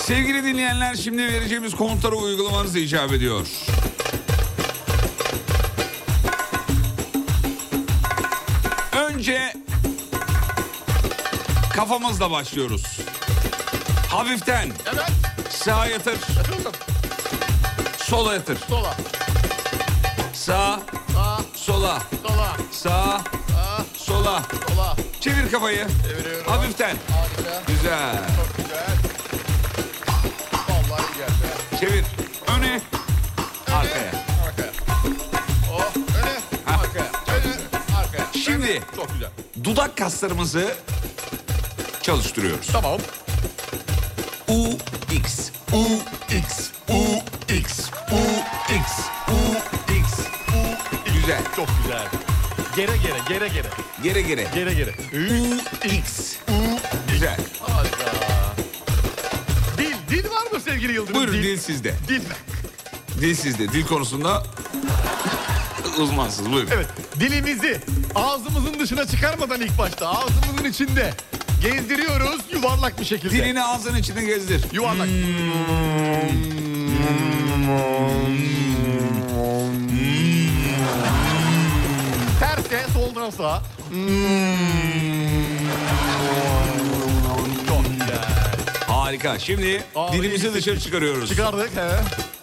Sevgili dinleyenler şimdi vereceğimiz komutları uygulamanız icap ediyor. Önce kafamızla başlıyoruz. Hafiften.
Evet.
Sağa yatır. Sola yatır.
Sola.
Sağ.
Sağ.
Sola.
Sola.
Sağ. Sola.
Sola.
Çevir kafayı.
Çeviriyorum.
Hafiften.
Harika.
Güzel.
Vallahi iyi geldi.
Çevir. Öne. Arkaya.
Arkaya. Oh. Öne. Arkaya. Öne. Arkaya.
Şimdi
Çok güzel.
dudak kaslarımızı çalıştırıyoruz.
Tamam.
U X U X U X U X U X Güzel.
Çok güzel. Gere gere gere gere.
Gere gere.
Gere gere.
U X Güzel.
Harika. Dil. Dil var mı sevgili Yıldırım?
Buyurun dil sizde.
Dil.
Dil sizde. Dil konusunda uzmansınız. Buyurun.
Evet. Dilimizi ağzımızın dışına çıkarmadan ilk başta ağzımızın içinde gezdiriyoruz yuvarlak bir şekilde.
Dilini ağzının içine gezdir.
Yuvarlak.
Hmm.
Terse soldan sağa.
Hmm.
Harika. Şimdi dilimizi dışarı çıkarıyoruz.
Çıkardık. He.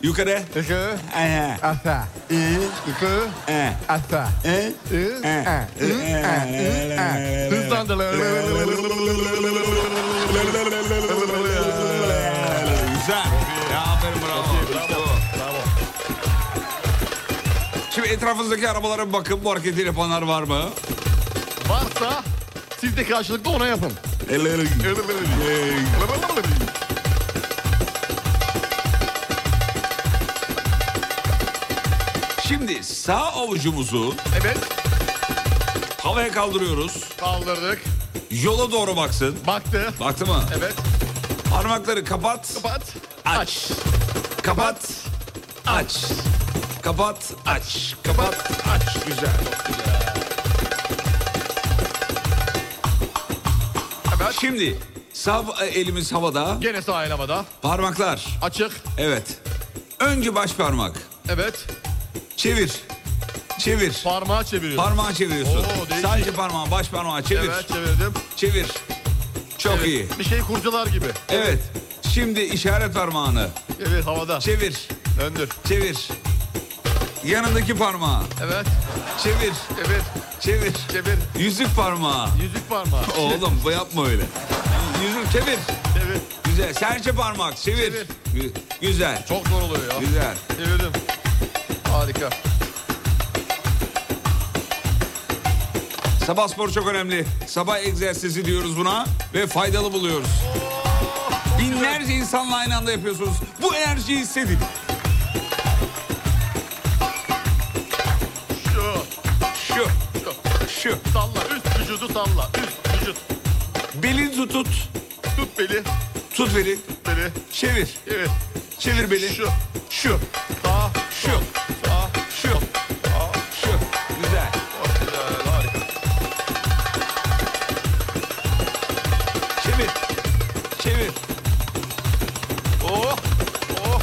Yukarı.
Yukarı.
Ehe.
Asa. İ. Yukarı.
E.
Asa.
E.
İ. E. İ. E. E. Hızlandırın.
Güzel. Ya aferin bravo. İşte bu. Şimdi etrafınızdaki arabalara bir bakın. Bu hareketi yapanlar var mı?
Varsa siz de karşılıklı ona yapın.
Şimdi sağ avucumuzu
Evet
havaya kaldırıyoruz.
kaldırdık.
Yola doğru baksın.
Baktı.
Baktı mı?
Evet.
Parmakları kapat.
Kapat.
Aç. Kapat. Aç. Kapat. Aç. Kapat. Aç. Güzel. Şimdi sağ elimiz havada.
Gene sağ el havada.
Parmaklar.
Açık.
Evet. Önce baş parmak.
Evet.
Çevir. Çevir.
Parmağı çeviriyorum.
Parmağı çeviriyorsun.
Oo, değişik.
Sadece parmağı, baş parmağı çevir.
Evet çevirdim.
Çevir. Çok
Evet,
iyi.
Bir şey kurcalar gibi.
Evet. Şimdi işaret parmağını
Evet havada.
çevir.
Döndür.
Çevir. Yanındaki parmağı
Evet.
çevir.
Evet.
Çevir.
Çevir.
Yüzük parmağı.
Yüzük parmağı.
Oğlum bu yapma öyle. Yusuf çevir. Çevir. Güzel. Serçe parmak çevir. Gü- Güzel.
Çok zor oluyor ya.
Güzel.
Çevirdim. Harika.
Sabah sporu çok önemli. Sabah egzersizi diyoruz buna ve faydalı buluyoruz. Binlerce insanla aynı anda yapıyorsunuz. Bu enerjiyi hissedin.
Şu.
Şu. Şu.
Salla üst vücudu salla. Üst vücut.
Belin tut.
Tut beli.
Tut beli.
Tut beli.
Çevir.
Evet.
Çevir beli.
Şu.
Şu.
Sağ.
Şu.
Sağ.
Şu. Şu. Güzel.
Güzel harika.
Çevir. Çevir.
Oh. Oh.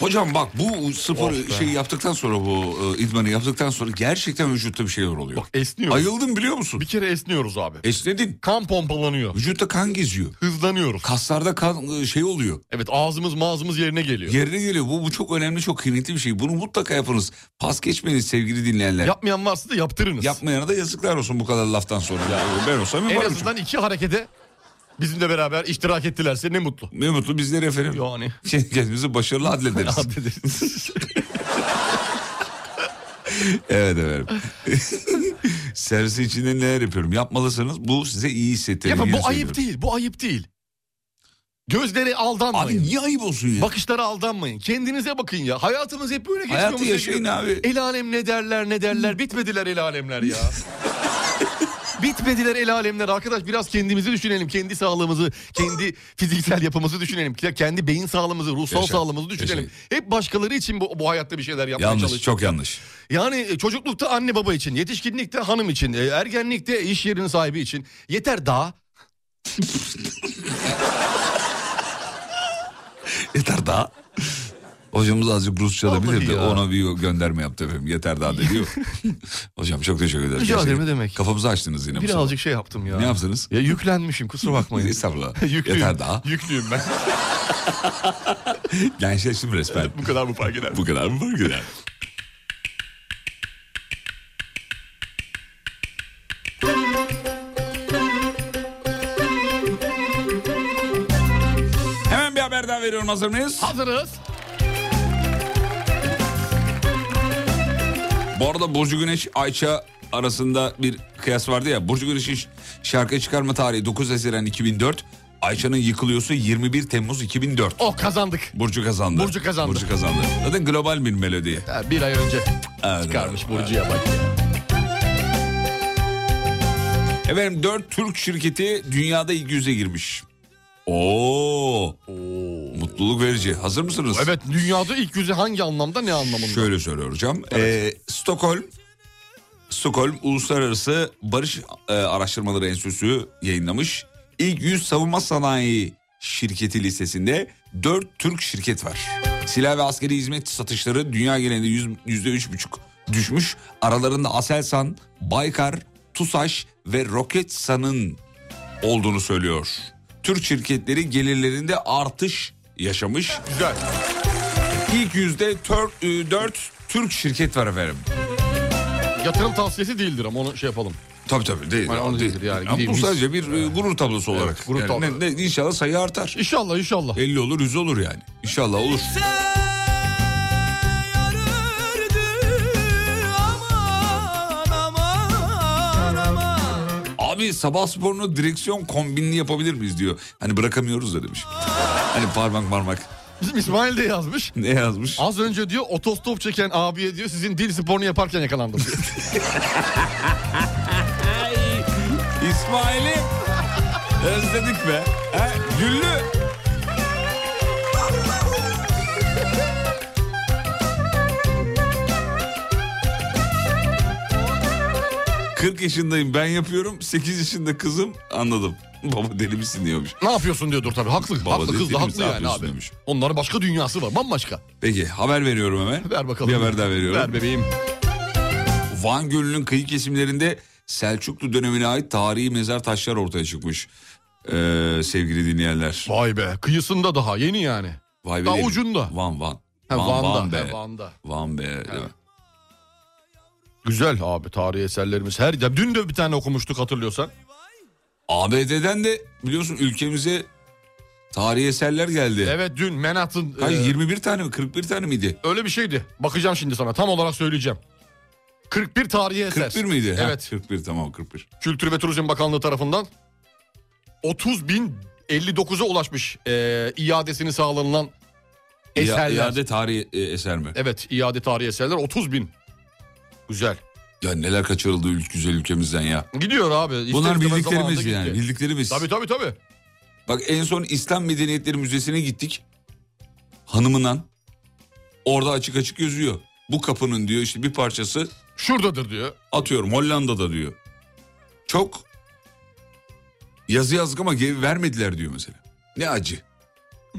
Hocam bak bu
Oh
spor şeyi yaptıktan sonra bu e, idmanı yaptıktan sonra gerçekten vücutta bir şeyler oluyor. Bak
esniyoruz.
Ayıldım biliyor musun?
Bir kere esniyoruz abi.
Esnedin.
Kan pompalanıyor.
Vücutta kan geziyor.
Hızlanıyoruz.
Kaslarda kan e, şey oluyor.
Evet ağzımız mağazımız yerine geliyor.
Yerine geliyor. Bu, bu çok önemli, çok kıymetli bir şey. Bunu mutlaka yapınız. Pas geçmeyiniz sevgili dinleyenler.
Yapmayan varsa da yaptırınız.
Yapmayana da yazıklar olsun bu kadar laftan sonra. ben olsam
en
yaparım.
azından iki harekete bizimle beraber iştirak ettilerse ne mutlu.
Ne mutlu bizlere efendim.
Yani.
Şey, kendimizi başarılı adlederiz. evet efendim. Servisi içinde neler yapıyorum? Yapmalısınız. Bu size iyi hissettirir.
Ya bu
Yine söylüyorum.
ayıp değil, bu ayıp değil. Gözlere aldanmayın.
Abi niye ayıp olsun ya?
Bakışlara aldanmayın. Kendinize bakın ya. Hayatımız hep böyle geçiyor.
Hayatı
bize
yaşayın
göre.
abi.
El alem ne derler ne derler. Bitmediler el alemler ya. Bitmediler el alemler arkadaş biraz kendimizi düşünelim. Kendi sağlığımızı, kendi fiziksel yapımızı düşünelim. Kendi beyin sağlığımızı, ruhsal
Yaşa,
sağlığımızı düşünelim. Hep başkaları için bu, bu hayatta bir şeyler yapmaya
Yanlış,
çalışıyoruz.
çok yanlış.
Yani e, çocuklukta anne baba için, yetişkinlikte hanım için, e, ergenlikte iş yerinin sahibi için. Yeter daha.
Yeter daha. Hocamız azıcık Rusça da
Vallahi
bilirdi.
ya.
Ona bir gönderme yaptı efendim. Yeter daha dedi. değil mi? Hocam çok teşekkür ederim.
Rica ederim,
Gerçekten.
ne demek.
Kafamızı açtınız yine. bu sabah.
Birazcık şey yaptım ya.
Ne yaptınız?
Ya yüklenmişim kusura bakmayın.
Estağfurullah.
Yüklüyüm.
Yeter daha.
Yüklüyüm ben.
Gençleştim resmen.
bu kadar mı fark eder?
Bu kadar mı fark eder? Hemen bir haber daha veriyorum hazır mıyız?
Hazırız.
Bu arada Burcu Güneş Ayça arasında bir kıyas vardı ya. Burcu Güneş'in ş- şarkı çıkarma tarihi 9 Haziran 2004. Ayça'nın yıkılıyorsa 21 Temmuz 2004.
Oh kazandık.
Burcu kazandı.
Burcu kazandı.
Burcu kazandı. Zaten global bir melodi.
Ha, bir ay önce çıkarmış Burcu'ya bak.
Efendim 4 Türk şirketi dünyada ilk yüze girmiş. Oo. Mutluluk verici. Hazır mısınız?
Evet dünyada ilk yüzü hangi anlamda ne anlamında?
Şöyle söylüyor hocam. Ee, Stockholm Stockholm Uluslararası Barış e, Araştırmaları Enstitüsü yayınlamış. İlk 100 savunma sanayi şirketi listesinde 4 Türk şirket var. Silah ve askeri hizmet satışları dünya genelinde yüz- yüzde üç buçuk düşmüş. Aralarında Aselsan, Baykar, TUSAŞ ve Roketsan'ın olduğunu söylüyor. Türk şirketleri gelirlerinde artış yaşamış.
Güzel.
İlk yüzde 4 Türk şirket var efendim. E,
Yatırım tavsiyesi değildir ama onu şey yapalım.
Tabii tabii değil.
Hayır, onu
değil.
değildir yani.
Ama
Gideyim,
bu
biz-
sadece bir e, gurur tablosu olarak.
gurur
yani
tablosu.
ne- ne- inşallah sayı artar.
İnşallah inşallah.
50 olur 100 olur yani. İnşallah olur. Abi sabah sporunu direksiyon kombinli yapabilir miyiz diyor. Hani bırakamıyoruz da demiş. Hani parmak parmak.
Bizim İsmail de yazmış.
Ne yazmış?
Az önce diyor otostop çeken abiye diyor sizin dil sporunu yaparken yakalandım.
İsmail'i özledik be. He? Güllü. ...40 yaşındayım ben yapıyorum... ...8 yaşında kızım anladım... ...baba deli misin diyormuş.
ne yapıyorsun diyordur tabii. Haklı.
Baba
haklı
dedi,
kız
deli
da
misin,
haklı
ne
yani
yapıyorsun
abi.
demiş.
Onların başka dünyası var. Bambaşka.
Peki haber veriyorum hemen.
Ver bakalım.
Bir haber daha veriyorum.
Ver bebeğim.
Van Gölü'nün kıyı kesimlerinde Selçuklu dönemine ait tarihi mezar taşlar ortaya çıkmış. Ee, sevgili dinleyenler.
Vay be. Kıyısında daha yeni yani.
Vay
Daha
değil mi?
ucunda.
Van Van.
Ha,
Van,
Van'da,
Van be.
ha, Van'da.
Van be.
Güzel abi tarihi eserlerimiz her ya dün de bir tane okumuştuk hatırlıyorsan.
ABD'den de biliyorsun ülkemize tarihi eserler geldi.
Evet dün Manhattan.
Hayır,
21 tane mi 41 tane miydi? Öyle bir şeydi. Bakacağım şimdi sana tam olarak söyleyeceğim. 41 tarihi eser.
41 miydi? Ha,
Evet.
41 tamam 41.
Kültür ve Turizm Bakanlığı tarafından 30 bin 59'a ulaşmış e, iadesini sağlanılan
Eserler.
eserler.
İade tarihi e, eser mi?
Evet iade tarihi eserler 30 bin. Güzel.
Ya neler kaçırıldı ül- güzel ülkemizden ya.
Gidiyor abi. İster
Bunlar
istemez
bildiklerimiz
zamanında
yani
gitti.
bildiklerimiz.
Tabii tabii tabii.
Bak en son İslam Medeniyetleri Müzesi'ne gittik. Hanımından. Orada açık açık yazıyor. Bu kapının diyor işte bir parçası.
Şuradadır diyor.
Atıyorum Hollanda'da diyor. Çok yazı yazdık ama geri vermediler diyor mesela. Ne acı.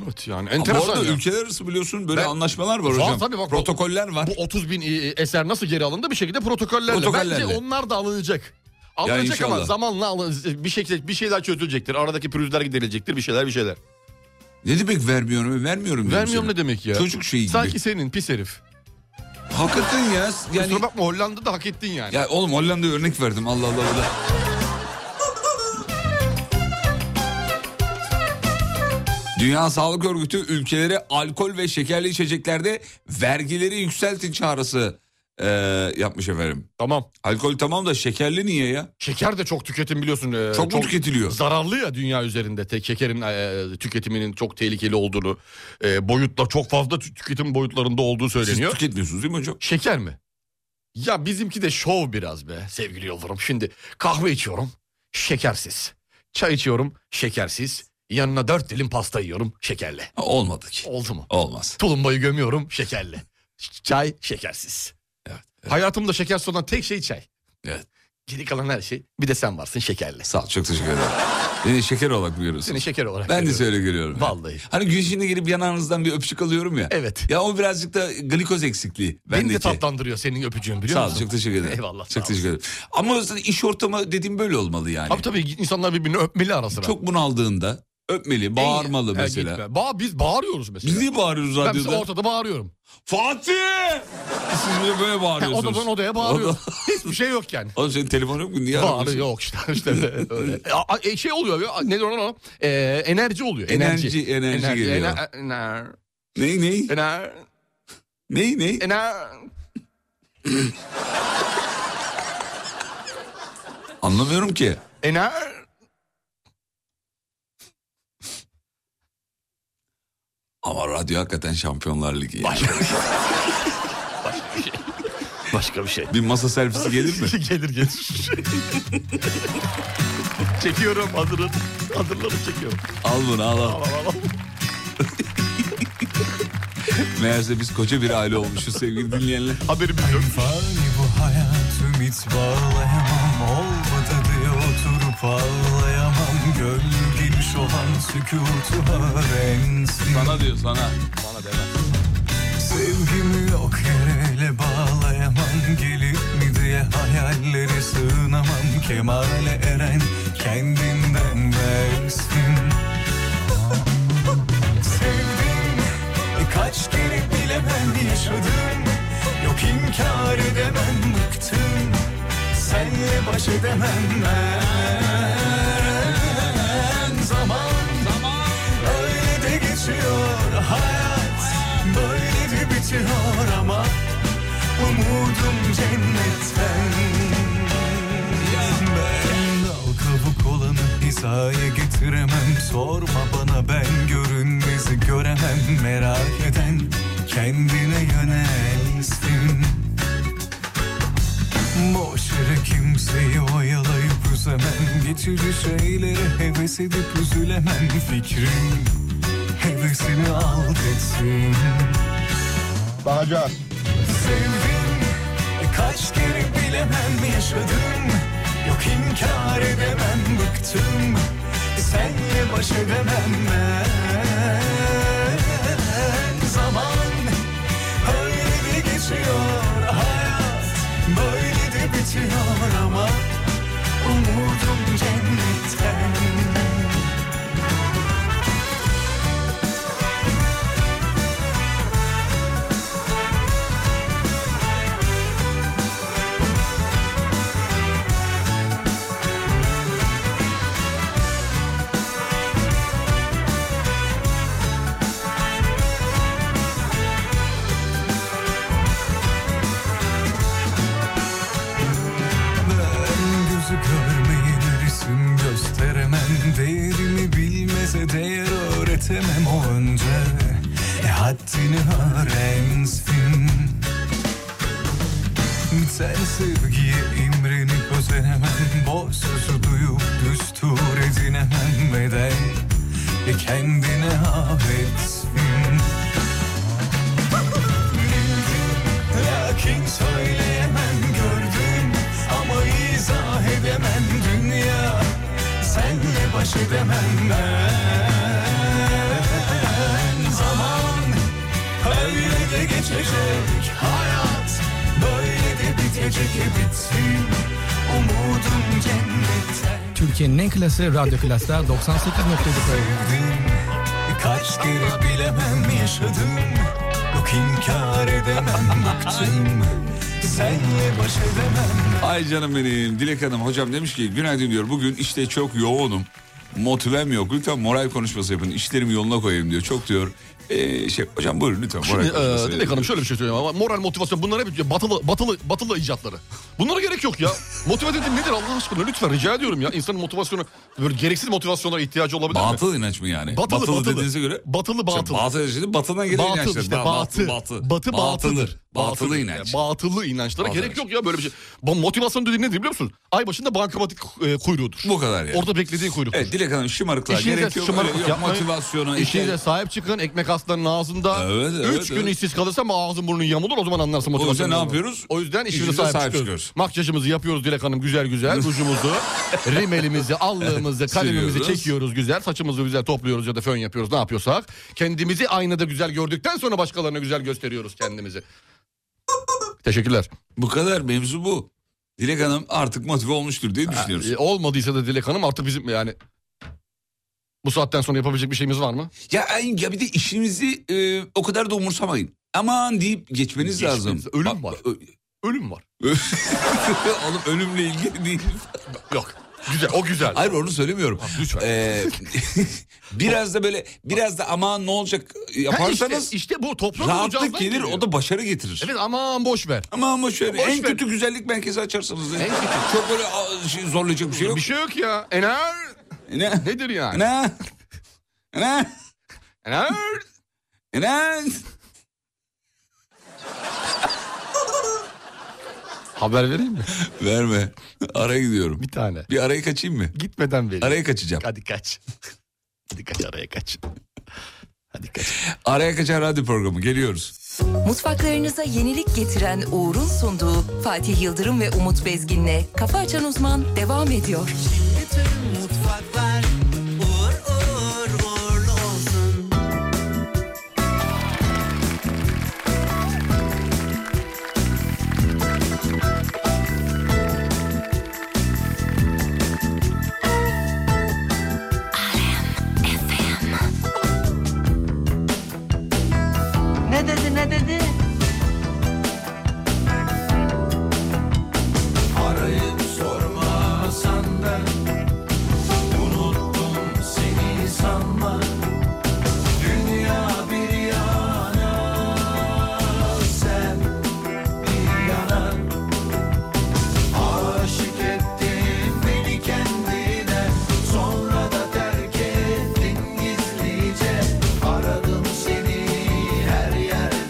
Evet yani
Bu
enteresan
arada
ya.
ülkeler arası biliyorsun böyle
Ben-
anlaşmalar var
Var
hocam.
tabii bak,
Protokoller var.
Bu 30 bin e, eser nasıl geri alındı? Bir şekilde protokollerle.
Protokollerle.
Bence onlar da alınacak. Alınacak ama
inşallah.
zamanla alın, bir şekilde bir şeyler çözülecektir. Aradaki pürüzler giderilecektir. Bir şeyler bir şeyler.
Ne demek vermiyorum? Vermiyorum. diyor
Vermiyorum
mesela.
ne demek ya?
Çocuk şeyi gibi.
Sanki senin pis herif.
Hakikaten ya. Yani...
Kusura bakma Hollanda'da hak ettin yani.
Ya oğlum Hollanda'ya örnek verdim Allah Allah. Allah. Dünya Sağlık Örgütü ülkelere alkol ve şekerli içeceklerde vergileri yükseltin çağrısı eee, yapmış efendim.
Tamam.
Alkol tamam da şekerli niye ya?
Şeker de çok tüketim biliyorsun. e,
Çok mu tüketiliyor?
Zararlı ya dünya üzerinde. Tek şekerin e, tüketiminin çok tehlikeli olduğunu, e, boyutla çok fazla tü- tüketim boyutlarında olduğu söyleniyor.
Siz tüketmiyorsunuz değil mi hocam?
Şeker mi? Ya bizimki de şov biraz be sevgili Yıldırım. Şimdi kahve içiyorum şekersiz. Çay içiyorum şekersiz. Yanına dört dilim pasta yiyorum şekerle.
Olmadı ki.
Oldu mu?
Olmaz.
Tulumbayı gömüyorum şekerle. Ş- Çay şekersiz. Hayatımda şekersiz olan tek şey çay.
Evet.
Geri kalan her şey bir de sen varsın şekerle.
Sağ ol çok teşekkür ederim. Beni şeker olarak görüyorsun.
Seni şeker olarak
Ben de
görüyorum.
söyle görüyorum.
Vallahi.
Hani gün içinde gelip yanağınızdan bir öpücük alıyorum ya.
Evet.
Ya o birazcık da glikoz eksikliği.
Beni de
bendeki.
tatlandırıyor senin öpücüğün biliyor
Sağ ol
musun?
çok teşekkür ederim.
Eyvallah.
Çok teşekkür ederim. Ama zaten iş ortamı dediğim böyle olmalı yani.
Abi tabii insanlar birbirini öpmeli ara sıra.
Çok bunaldığında öpmeli, bağırmalı
Ya
mesela.
gitme. Ba biz bağırıyoruz mesela.
Biz niye bağırıyoruz
Ben mesela
radyoda?
ortada bağırıyorum. E,
Fatih! Siz böyle böyle bağırıyorsunuz.
Odadan odaya bağırıyorum. Hiçbir şey yok yani.
Oğlum senin telefon yok mu? Niye
Bağırı
aramıyorsun?
yok işte. işte öyle. A- a- şey oluyor ya, ne diyor ona? Ee, enerji oluyor.
Enerji, enerji geliyor.
ener- ener-
Ney ney?
Ener...
Ney ney?
Ener...
Anlamıyorum ki.
Ener...
Ama radyo hakikaten Şampiyonlar Ligi. Başka bir şey.
şey. Başka bir şey.
Bir masa servisi gelir mi?
gelir gelir. çekiyorum hazırım. Hazırları çekiyorum.
Al bunu al al. Meğerse biz koca bir aile olmuşuz sevgili dinleyenler.
Haberimiz yok.
Fani bu hayat ümit bağlayamam Olmadı diye oturup ağlayamam Gönlü geniş olan sükutu öğrensin
Sana diyor sana.
Bana deme.
Sevgimi yok yerele bağlayamam Gelip mi diye hayallere sığınamam Kemale eren kendinden versin Sevdim kaç kere bilemem yaşadım Yok inkar edemem bıktım Senle baş edemem ben Zaman, zaman öyle de geçiyor hayat Böyle de bitiyor ama umudum cennetten Ben dal kabuk olanı hizaya getiremem Sorma bana ben görünmezi göremem Merak eden kendine yönelsin Boş yere kimseyi oyalayıp üzemem Geçici şeylere heves edip üzülemem Fikrim hevesini alt etsin
Bakacağız.
Sevdim e, kaç kere bilemem yaşadım Yok inkar edemem bıktım Senle baş edemem ben Zaman öyle de geçiyor hayat Böyle de bitiyor ama Umudum cennetten E haddini öğrensin Sen sevgiye imrenip özenemen Boş sözü duyup düstur edinemem Beden e kendine affetsin Lakin söyleyemem gördüm ama izah edemem dünya Senle baş edemem ben Zaman öyle de geçecek hayat Böyle de bitecek e bitsin umudum cennette
Türkiye'nin en klası Radyo Klas'ta 98.9
Sevdim kaç kere bilemem yaşadım Yok inkar edemem bıktım Senle baş edemem
Ay canım benim. Dilek Hanım hocam demiş ki günaydın diyor. Bugün işte çok yoğunum. Motivem yok. Lütfen moral konuşması yapın. İşlerimi yoluna koyayım diyor. Çok diyor. Ee, şey hocam buyurun lütfen moral
Şimdi
konuşması
e, Dilek
yapın.
Hanım şöyle bir şey söyleyeyim ama moral motivasyon bunlar hep batılı, batılı, batılı icatları. Bunlara gerek yok ya. Motive dediğin nedir Allah aşkına lütfen rica ediyorum ya. İnsanın motivasyonu böyle gereksiz motivasyonlara ihtiyacı olabilir mi?
Batıl inanç mı yani?
Batılı,
batılı,
batılı.
dediğinize göre?
Batılı batıl.
Batıl dediğiniz batından gelen
Batıl
inançlar.
işte,
Ba-
batı.
batı.
Batı batıdır.
Batılı
Batı-
inanç.
Batılı inançlara
Batılı
gerek yok ya böyle bir şey. Ba- Motivasyon dediğin nedir biliyor musun? Ay başında bankamatik e, kuyruğudur. Bu
kadar yani.
Orada beklediğin kuyruk.
Evet Dilek Hanım şımarıklar
İşinize
gerek yok.
şımarıklık
öyle yok,
yapmayın.
Motivasyona.
İşinize sahip çıkın. Ekmek aslanın ağzında.
Evet, evet,
Üç
evet.
gün işsiz kalırsam ağzın burnun yamulur. O zaman
O
anlarsın motivasyon.
yüzden ne
olduğunu.
yapıyoruz?
O yüzden işimize,
İşimize
sahip,
sahip
çıkıyoruz.
çıkıyoruz.
Makyajımızı yapıyoruz Dilek Hanım güzel güzel. Rujumuzu, rimelimizi, allığımızı, kalemimizi
Siliyoruz.
çekiyoruz güzel. Saçımızı güzel topluyoruz ya da fön yapıyoruz ne yapıyorsak. Kendimizi aynada güzel gördükten sonra başkalarına güzel gösteriyoruz kendimizi. Teşekkürler.
Bu kadar mevzu bu. Dilek Hanım artık motive olmuştur diye düşünüyoruz.
E, olmadıysa da Dilek Hanım artık bizim yani... Bu saatten sonra yapabilecek bir şeyimiz var mı?
Ya, en- ya bir de işinizi e, o kadar da umursamayın. Aman deyip geçmeniz lazım. Ölüm var.
Ölüm var.
Oğlum ölümle ilgili değil.
Yok. Güzel o güzel.
Hayır onu söylemiyorum.
lütfen.
Ee, biraz da böyle biraz da aman ne olacak
Ha
yaparsanız
işte, işte bu toprak
rahatlık
ocağından
gelir o da başarı getirir.
Evet aman boş ver.
Aman boş ver. en
ver.
kötü güzellik merkezi açarsınız. En kötü. Çok böyle a, şey, zorlayacak bir şey yok.
Bir şey yok ya. Ener.
Ne?
Nedir yani?
Ne? Ne?
Ener.
Ener.
Haber vereyim mi?
Verme. Araya gidiyorum.
Bir tane.
Bir araya kaçayım mı?
Gitmeden vereyim.
Araya kaçacağım.
Hadi kaç. Hadi kaç araya kaç.
Araya kaçan radyo programı geliyoruz.
Mutfaklarınıza yenilik getiren Uğur'un sunduğu Fatih Yıldırım ve Umut Bezgin'le Kafa Açan Uzman devam ediyor.
Tüm mutfaklar uğur uğur uğurlu olsun.
Ne dedi ne dedi?
Arayıp sormasan da Unuttum seni sanma Dünya bir yana Sen bir yana Aşık ettin beni kendine Sonra da terk ettin gizlice Aradım seni her yerde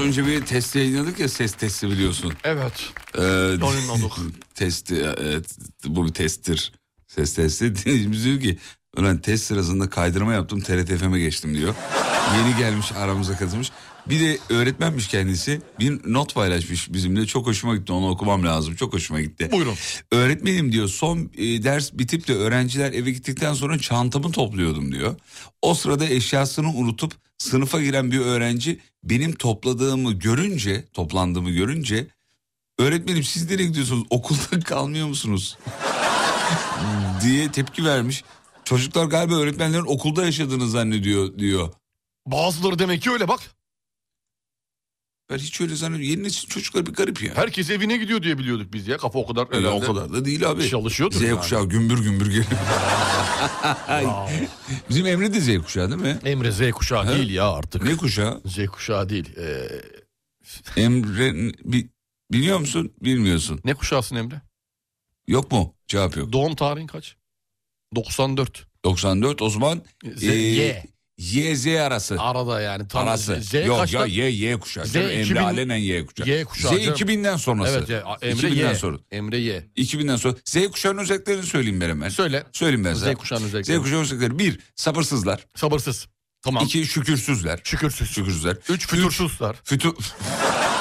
önce bir test yayınladık ya ses testi biliyorsun.
Evet.
Ee, testi, evet, bu bir testtir. Ses testi. Dinleyicimiz diyor ki Ulan test sırasında kaydırma yaptım TRT FM'e geçtim diyor. Yeni gelmiş aramıza katılmış. Bir de öğretmenmiş kendisi. Bir not paylaşmış bizimle. Çok hoşuma gitti onu okumam lazım. Çok hoşuma gitti.
Buyurun.
Öğretmenim diyor son e, ders bitip de öğrenciler eve gittikten sonra çantamı topluyordum diyor. O sırada eşyasını unutup sınıfa giren bir öğrenci benim topladığımı görünce, toplandığımı görünce... Öğretmenim siz nereye gidiyorsunuz? Okulda kalmıyor musunuz? Hmm, diye tepki vermiş. Çocuklar galiba öğretmenlerin okulda yaşadığını zannediyor diyor.
Bazıları demek ki öyle bak.
Ben hiç öyle zannediyorum. Yeni nesil çocuklar bir garip ya.
Herkes evine gidiyor diye biliyorduk biz ya. Kafa o kadar
Öyle o
herhalde
kadar da değil abi.
Çalışıyordur
Z
yani.
kuşağı gümbür gümbür geliyor. Bizim Emre de Z kuşağı değil mi?
Emre Z kuşağı
Ha?
değil ya artık.
Ne kuşağı?
Z kuşağı değil. Ee,
Emre bi- biliyor musun? Bilmiyorsun.
Ne kuşağısın Emre?
Yok mu? Cevap yok.
Doğum tarihin kaç? 94.
94 o zaman
Z-
e,
Y.
Y Z arası.
Arada yani. Tam
Arası.
Z
Yok
kaçta?
ya Y Y kuşağı.
Z
Canım, Emre
2000
alenen Y kuşağı.
Y kuşağı
Z
canım.
2000'den sonrası.
Evet, ya, Emre
2000'den
Y.
sonra.
Emre Y.
2000'den sonra. Z kuşağının özelliklerini söyleyeyim ben hemen.
Söyle.
Söyleyeyim ben
Z
sana.
kuşağının özellikleri.
Z kuşağının özellikleri. Bir, sabırsızlar.
Sabırsız. Tamam.
İki, şükürsüzler.
Şükürsüz.
Şükürsüzler.
Üç, fütursuzlar.
Fütu...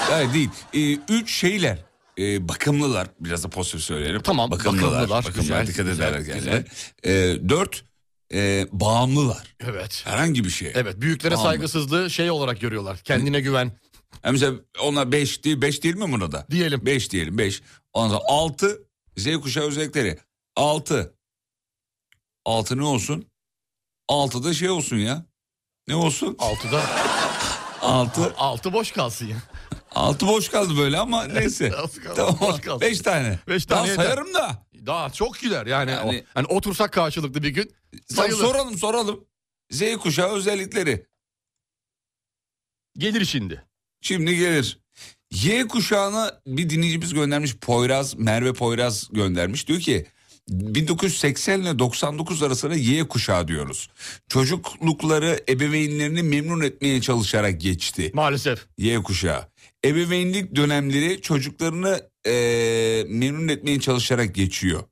Hayır değil. Ee, üç şeyler. Ee, bakımlılar. Biraz da pozitif söyleyelim. Tamam. Bakımlılar.
bakımlılar.
Bakımlılar.
Güzel,
dikkat
güzel,
ederler
güzel.
kendilerine. Ee, dört, e, bağımlılar.
Evet.
Herhangi bir şeye.
Evet büyüklere
Bağımlı.
saygısızlığı şey olarak görüyorlar. Kendine güven.
Ha mesela ona 5 değil, 5 değil mi buna da?
Diyelim.
5 diyelim 5. Ondan sonra 6 Z kuşağı özellikleri. 6. 6 ne olsun? 6 da şey olsun ya. Ne olsun?
6'da.
6.
6 boş kalsın ya.
6 boş kaldı böyle ama neyse.
Az kaldı,
tamam.
boş kalsın.
5 tane.
Beş
Daha
tane yeter.
sayarım da.
Daha çok gider yani.
Yani-
O- Hani otursak karşılıklı bir gün
Tamam,
sayılır.
soralım soralım. Z kuşağı özellikleri.
Gelir şimdi.
Şimdi gelir. Y kuşağına bir dinleyicimiz göndermiş Poyraz, Merve Poyraz göndermiş. Diyor ki 1980 ile 99 arasına Y kuşağı diyoruz. Çocuklukları ebeveynlerini memnun etmeye çalışarak geçti.
Maalesef.
Y kuşağı. Ebeveynlik dönemleri çocuklarını eee, memnun etmeye çalışarak geçiyor.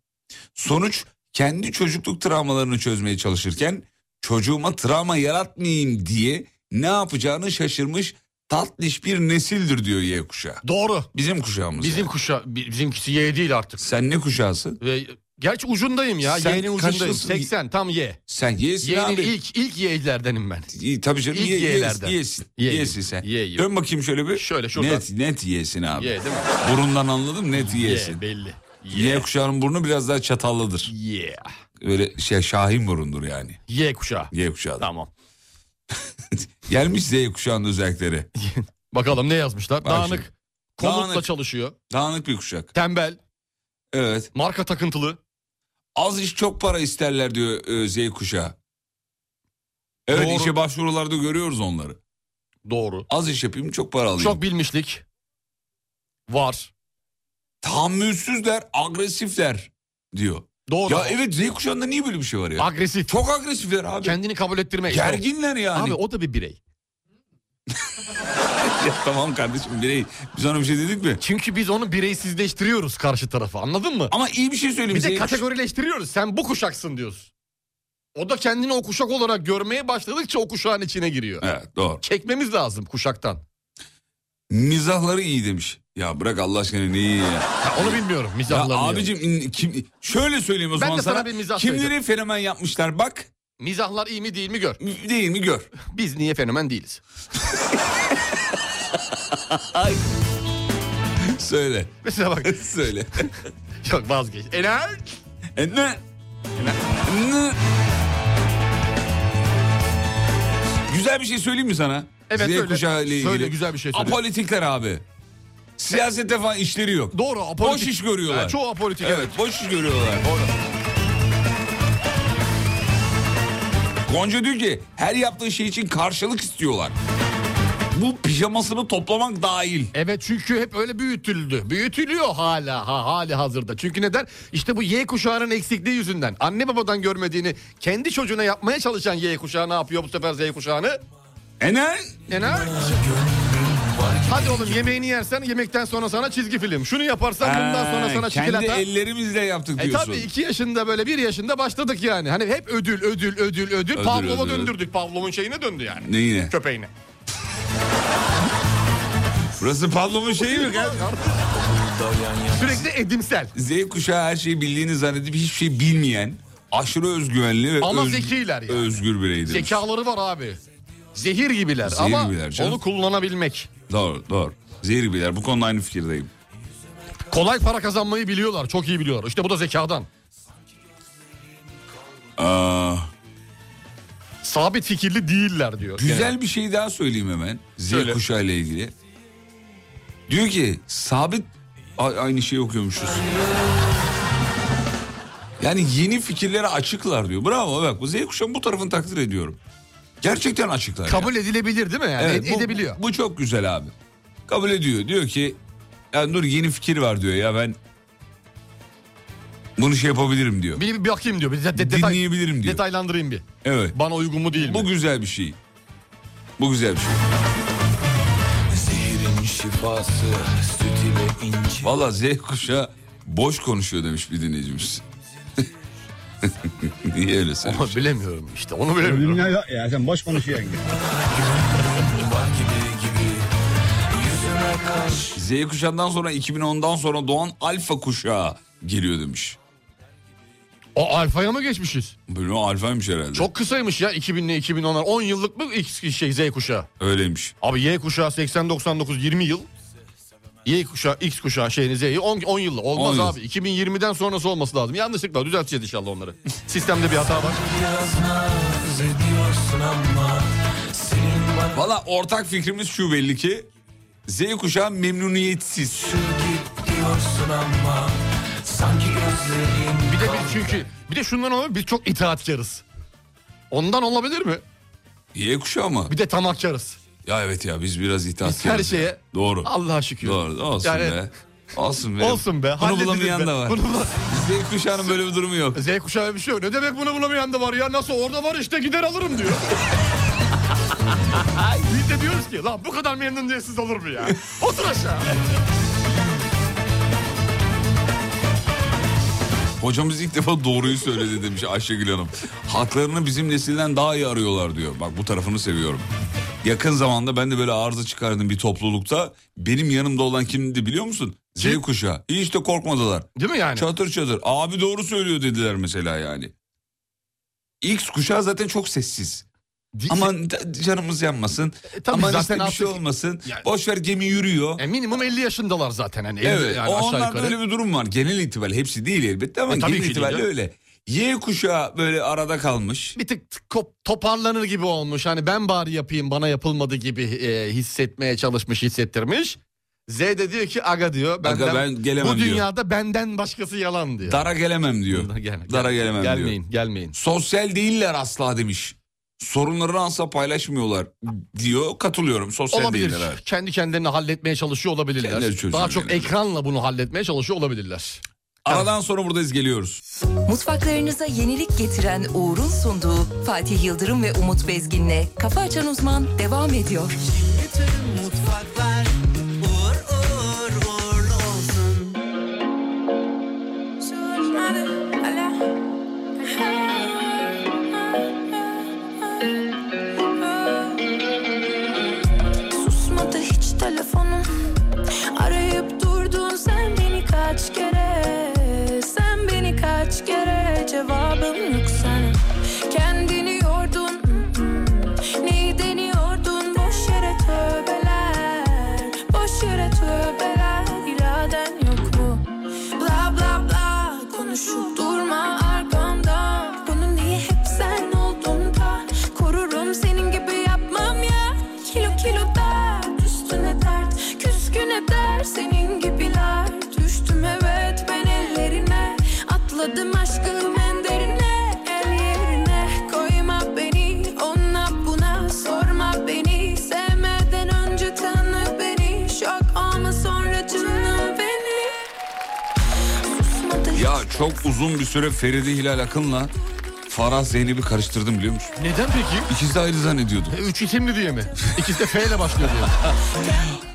Sonuç kendi çocukluk travmalarını çözmeye çalışırken çocuğuma travma yaratmayayım diye ne yapacağını şaşırmış tatlış bir nesildir diyor Y kuşağı.
Doğru.
Bizim kuşağımız.
Bizim kuşa bizimkisi Y değil artık.
Sen ne kuşağısın?
Ve gerçi ucundayım ya.
Sen
Y'nin ucundayım.
kaçlısın?
80 tam Y.
Sen Y'sin
Y'nin
abi.
ilk ilk Y'lerdenim ben.
İyi, Tabii canım
İlk
ye- ye-
Y'lerden.
yesin.
Ye-
Yesin sen.
Ye-
Dön bakayım şöyle bir.
Şöyle şuradan.
Net, net yesin abi.
Ye değil mi?
Burundan anladım net
Ye,
yesin.
belli.
Y kuşağının burnu biraz daha çatallıdır.
Yeah.
Böyle şey şahin burundur yani.
Y kuşağı.
Y kuşağı.
Tamam.
Gelmiş Z kuşağının özellikleri.
Bakalım ne yazmışlar?
Bak
Dağınık.
şimdi.
Komutla
Dağınık.
çalışıyor.
Dağınık bir kuşak.
Tembel.
Evet.
Marka takıntılı.
Az iş çok para isterler diyor e, Z kuşağı. Evet
Doğru.
işe başvurularda görüyoruz onları.
Doğru.
Az iş yapayım çok para alayım.
Çok bilmişlik. Var.
Tahammülsüzler, agresifler diyor.
Doğru.
Ya evet Z kuşağında niye böyle bir şey var ya?
Agresif.
Çok agresifler abi.
Kendini kabul ettirme.
Gerginler yani.
Abi o da bir birey.
Ya tamam kardeşim birey. Biz ona bir şey dedik mi?
Çünkü biz onu bireysizleştiriyoruz karşı tarafı anladın mı?
Ama iyi bir şey söyleyeyim.
Bir de
Z kuşağı-
kategorileştiriyoruz. Sen bu kuşaksın diyoruz. O da kendini o kuşak olarak görmeye başladıkça o kuşağın içine giriyor.
Evet doğru.
Çekmemiz lazım kuşaktan.
Mizahları iyi demiş. Ya bırak Allah aşkına ne iyi ya.
Ha, onu bilmiyorum
Ya
mizahlarını. yani.
abicim in- kim, şöyle söyleyeyim o
Ben
zaman
de sana bir mizah
Kimleri
söyleyeceğim.
fenomen yapmışlar bak
Mizahlar iyi mi değil mi gör.
değil mi gör.
Biz niye fenomen değiliz?
Söyle.
Mesela bak
Söyle.
yok vazgeç. Ener.
E ne? Ne? Güzel bir şey söyleyeyim mi sana?
Evet,
Z
söyle.
kuşağı ile ilgili.
Söyle, güzel bir şey söyle.
Apolitikler abi. Siyasette falan işleri yok.
Doğru
Boş
apolitik.
iş görüyorlar.
Ha, çoğu apolitik.
Evet boş iş görüyorlar. Gonca diyor ki her yaptığı şey için karşılık istiyorlar. Bu pijamasını toplamak dahil.
Evet çünkü hep öyle büyütüldü. Büyütülüyor hala ha, hali hazırda. Çünkü neden? İşte bu Y kuşağının eksikliği yüzünden. Anne babadan görmediğini kendi çocuğuna yapmaya çalışan Y kuşağı ne yapıyor bu sefer Z kuşağını?
Enel
Neler? Hadi oğlum yemeğini yersen yemekten sonra sana çizgi film. Şunu yaparsan bundan sonra sana
kendi
çikolata.
ellerimizle yaptık
E
diyorsun.
tabii iki yaşında böyle bir yaşında başladık yani. Hani hep ödül ödül ödül ödül.
Ödül,
Pavlova
ödül,
döndürdük. Pavlov'un şeyine döndü yani.
Neyine?
Köpeğine.
Burası Pablo'nun şeyi mi? Gel.
Sürekli edimsel.
Z kuşağı her şeyi bildiğini zannedip hiçbir şey bilmeyen, aşırı özgüvenli ve
Ama
özgür,
zekiler yani.
özgür bireydir.
Zekaları var abi. Zehir gibiler
Zehir
ama
gibiler canım.
onu kullanabilmek.
Doğru, doğru. Zehir gibiler. Bu konuda aynı fikirdeyim.
Kolay para kazanmayı biliyorlar. Çok iyi biliyorlar. İşte bu da zekadan.
Aa,
Sabit fikirli değiller diyor.
güzel bir şey daha söyleyeyim hemen. Z
Söyle.
kuşağı ile ilgili. Diyor ki sabit A- aynı şeyi okuyormuşuz. Yani yeni fikirlere açıklar diyor. Bravo bak bu Z kuşağının bu tarafını takdir ediyorum. Gerçekten açıklar. yani.
Kabul edilebilir değil mi yani?
Evet,
Ed-
bu-
edebiliyor.
Bu çok güzel abi. Kabul ediyor. Diyor ki ya dur yeni fikir var diyor ya ben bunu şey yapabilirim diyor.
Bir, bir bakayım diyor. Bir de, de- detay-
Dinleyebilirim diyor.
Detaylandırayım bir.
Evet.
Bana uygun mu değil mi?
Bu güzel bir şey. Bu güzel bir şey.
Zehrin şifası süt ile inci
Valla Z kuşağı boş konuşuyor demiş bir dinleyicimiz. Niye öyle söylemiş?
Ama bilemiyorum işte onu
bilemiyorum. Dünya yok ya sen boş konuşuyorsun.
Z kuşağından sonra 2010'dan sonra doğan alfa kuşağı geliyor demiş.
O alfaya mı geçmişiz?
Böyle alfaymış herhalde.
Çok kısaymış ya 2000 ile 2010'lar. 10 yıllık mı X şey Z kuşağı?
Öyleymiş.
Abi Y kuşağı 80 99 20 yıl. Y kuşağı X kuşağı şeyini Z'yi 10 10 yıllık. Olmaz
10 yıl.
abi. 2020'den sonrası olması lazım. Yanlışlıkla düzelteceğiz inşallah onları. Sistemde bir hata var.
Biraz naz ediyorsun ama Senin bana
Valla ortak fikrimiz şu belli ki Z kuşağı memnuniyetsiz.
diyorsun ama Sanki gözlerim
Bir de biz çünkü bir de şundan olabilir biz çok itaatkarız. Ondan olabilir mi?
Y kuşağı mı?
Bir de tamakkarız.
Ya evet ya biz biraz itaat
Biz her şeye
Doğru.
Allah'a şükür.
Doğru olsun
Yani-
be. Olsun be.
Olsun be.
Bunu
hallederiz
bulamayan
be.
da var.
Bunu bul-
Z kuşağının böyle bir durumu yok.
Z kuşağı öyle bir şey yok. Ne demek bunu bulamayan da var ya? Nasıl orada var işte gider alırım diyor. Biz de diyoruz ki lan bu kadar memnuniyetsiz olur mu ya? Otur aşağı.
Hocamız ilk defa doğruyu söyledi demiş Ayşegül Hanım. Haklarını bizim nesilden daha iyi arıyorlar diyor. Bak bu tarafını seviyorum. Yakın zamanda ben de böyle arıza çıkardım bir toplulukta. Benim yanımda olan kimdi biliyor musun? Z kuşağı. Hiç de korkmadılar.
Değil mi yani?
Çatır çatır. Abi doğru söylüyor dediler mesela yani. X kuşağı zaten çok sessiz. Aman da- canımız yanmasın.
E, tabii
Aman
zaten
işte bir şey
artık-
olmasın. Boş ver gemi yürüyor.
E minimum 50 yaşındalar zaten hani.
Evet.
yani
o
aşağı
onlarda
yukarı.
öyle bir durum var. Genel itibariyle hepsi değil elbette ama
E, tabii
genel
ki değil
itibariyle
ya.
öyle. Y kuşağı böyle arada kalmış.
bir tık kop- toparlanır gibi olmuş. Hani ben bari yapayım bana yapılmadı gibi e, hissetmeye çalışmış, hissettirmiş. Z de diyor ki aga diyor.
Aga, ben gelemem
Bu
diyor.
dünyada benden başkası yalan diyor.
Dara gelemem diyor. Dara gelemem diyor.
gelmeyin, gelmeyin.
Sosyal değiller asla demiş. Sorunları asla paylaşmıyorlar diyor. Katılıyorum. Sosyal
Olabilir.
değiller. evet.
Kendi kendilerini halletmeye çalışıyor
Kendileri
olabilirler.
çözüyor
Daha çok
yani.
ekranla bunu halletmeye çalışıyor olabilirler.
Aradan sonra buradayız geliyoruz.
Mutfaklarınıza yenilik getiren Uğur'un sunduğu Fatih Yıldırım ve Umut Bezgin'le Kafa Açan Uzman devam ediyor.
Mutfaklar uğur uğur uğurlu olsun.
Susmadı hiç telefonum Arayıp durdun sen beni kaç kere Sen beni kaç kere cevabım yok sana Kendini yordun Neyi deniyordun boş yere tövbeler Boş yere tövbeler iraden yok mu Bla bla bla konuşup durma arkamdan Bunu niye hep sen oldun da Korurum senin gibi yapmam ya Kilo kilo dert üstüne dert Küskün eder senin gibiler Düştüm evet ben ellerine Atladım aşkım en derine El yerine koyma beni Ona buna sorma beni Sevmeden önce tanı beni Şok olma sonra canım beni
Ya çok uzun bir süre Feride Hilal Akın'la Farah Zeynep'i karıştırdım biliyor musun? Neden peki? İkisi de ayrı zannediyordum.
E, Üç isimli diye mi? İkisi de F ile başlıyor diye.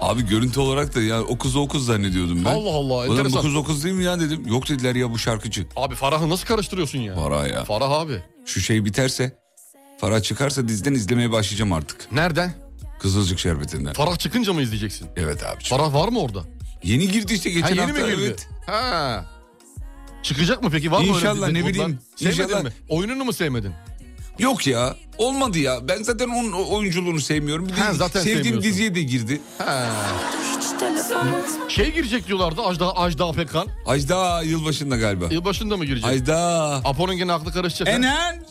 Abi görüntü olarak da ya o kız o kız zannediyordum ben.
Allah Allah,
Ulan bu
enteresan.
kız o kız değil mi ya dedim. Yok dediler ya bu şarkıcı.
Abi Farah'ı nasıl karıştırıyorsun ya?
Farah ya.
Farah abi.
Şu şey biterse Farah çıkarsa dizden izlemeye başlayacağım artık.
Nereden?
Kızılcık şerbetinden.
Farah çıkınca mı izleyeceksin?
Evet abi.
Farah var mı orada?
Yeni girdi işte geçen
ha, yeni
hafta,
mi girdi?
evet.
Ha. Çıkacak mı peki? Var mı
İnşallah,
öyle
ne
dedikodlar?
bileyim,
Sevmedin
inşallah.
mi? Oyununu mu sevmedin?
Yok ya olmadı ya. Ben zaten onun o- oyunculuğunu sevmiyorum. Bir de
Ha, zaten
sevdiğim
sevmiyorsun.
diziye de girdi.
Şey girecek diyorlardı Ajda, Ajda Pekkan.
Ajda yılbaşında galiba.
Yılbaşında mı girecek?
Ajda.
Apo'nun gene aklı karışacak. ha.
Enen.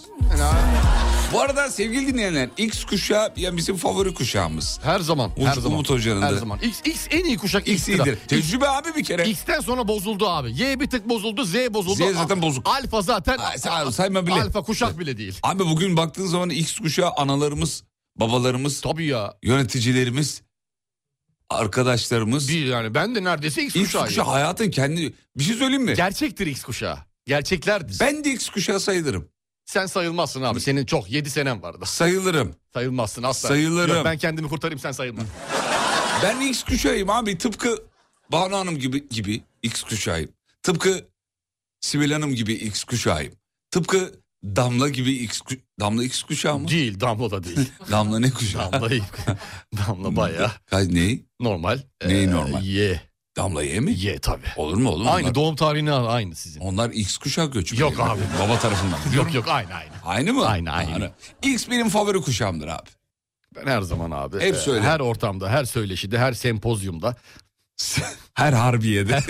Bu arada sevgili dinleyenler X kuşağı ya bizim favori kuşağımız.
Her zaman.
Umut,
her zaman.
Umut Hoca'nın
Her
da.
zaman. X, X en iyi kuşak
X
X'tir.
iyidir. Tecrübe abi bir kere.
X'ten sonra bozuldu abi. Y bir tık bozuldu, Z bozuldu.
Z zaten bozuk.
Alfa zaten.
Sa- sayma bile.
Alfa kuşak bile değil.
Abi bugün baktığın zaman X kuşağı analarımız, babalarımız,
tabii ya,
yöneticilerimiz, arkadaşlarımız.
yani ben de neredeyse X
X
kuşağı
kuşağı
ya.
hayatın kendi bir şey söyleyeyim mi?
Gerçektir X kuşağı. Gerçeklerdir.
Ben de X kuşağı sayılırım.
Sen sayılmazsın abi. Senin çok 7 senem vardı.
Sayılırım.
Sayılmazsın asla.
Sayılırım.
Yok, ben kendimi kurtarayım sen sayılma.
Ben X kuşağıyım abi tıpkı Banu Hanım gibi gibi X kuşağıyım. Tıpkı Sibel Hanım gibi X kuşağıyım. Tıpkı Damla gibi X ku- Damla X kuşağı mı?
Değil Damla da değil.
Damla ne kuşağı?
Damla iyi. Damla bayağı
Ay, neyi?
normal. Ee,
Neyi normal?
Y.
Damla Y mi?
Y tabii.
Olur mu oğlum?
Aynı
Onlar,
doğum tarihini al, aynı sizin.
onlar X kuşağı göçmeni.
Yok abi.
Baba tarafından.
Yok yok aynı aynı.
Aynı mı? Aynı aynı. X benim favori kuşağımdır abi.
Ben her zaman abi.
Hep
e,
söylerim.
Her ortamda, her söyleşide, her sempozyumda.
Her harbiyede.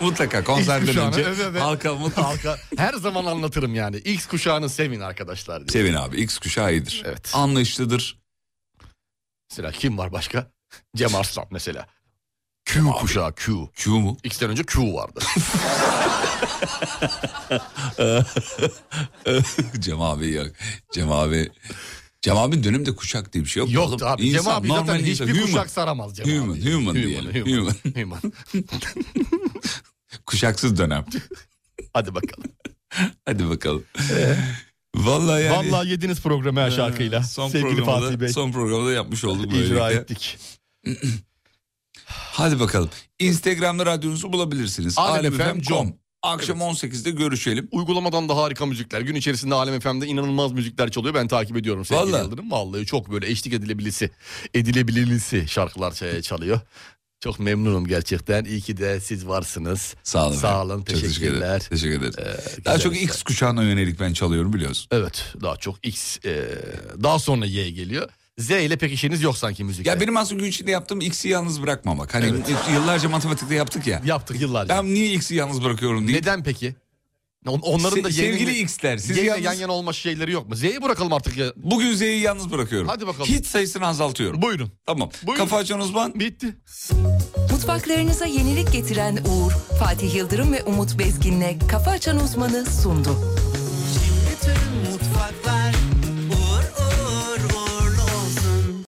mutlaka konserden
kuşağını,
önce
evet, evet.
halka mutlaka.
Halka- her zaman anlatırım yani. X kuşağını sevin arkadaşlar diye.
Sevin abi X kuşağı iyidir.
Evet.
Anlayışlıdır.
Mesela kim var başka? Cem Arslan mesela. Q kuşağı Q.
Q mu?
X'ten önce Q vardı.
Cem abi yok. Cem abi. Cem abinin dönemde kuşak diye bir şey yok.
Yoktu
oğlum.
abi. Cem abi zaten
normal
hiçbir
insan.
kuşak saramaz Cem
human,
abi.
Human, diyelim.
Human,
Human.
Human.
Kuşaksız dönem.
Hadi bakalım. Eh.
Hadi bakalım. Vallahi yani. Eh,
Vallahi yediniz programı her şarkıyla.
Son
Sevgili
programda,
Fatih Bey.
Son programda yapmış olduk böyle.
icra ettik.
Hadi bakalım. Instagram'da radyonuzu bulabilirsiniz. Alemfm.com.
Alemfm.com.
Akşam 18'de görüşelim.
Uygulamadan da harika müzikler. Gün içerisinde Alem FM'de inanılmaz müzikler çalıyor. Ben takip ediyorum sevgili
Vallahi.
Yıldırım. Vallahi çok böyle eşlik edilebilisi, edilebilisi şarkılar şey- çalıyor. Çok memnunum gerçekten. İyi ki de siz varsınız.
Sağ olun.
Sağ
efendim.
olun.
Çok Teşekkür
Teşekkürler. Ee,
ederim. Teşekkür ederim. Daha
güzel
çok
işler.
X kuşağına yönelik ben çalıyorum biliyorsun.
Evet. Daha çok X. e, daha sonra Y geliyor. Z ile pek işiniz yok sanki müzikte.
Ya benim aslında gün içinde yaptığım X'i yalnız bırakmamak. Hani yıllarca matematikte yaptık ya.
Yaptık yıllarca.
Ben niye X'i yalnız bırakıyorum diye.
Neden peki? On- Onların
Se-
da
sevgili X'ler, siz
Y'yle
yalnız-
yan yana olma şeyleri yok mu? Z'yi bırakalım artık ya.
Bugün Z'yi yalnız bırakıyorum.
Hadi bakalım.
Hit sayısını azaltıyorum.
Buyurun.
Tamam.
Buyurun.
Kafa açan uzman.
Bitti.
Mutfaklarınıza yenilik getiren Uğur, Fatih Yıldırım ve Umut Bezgin'le Kafa Açan Uzman'ı sundu.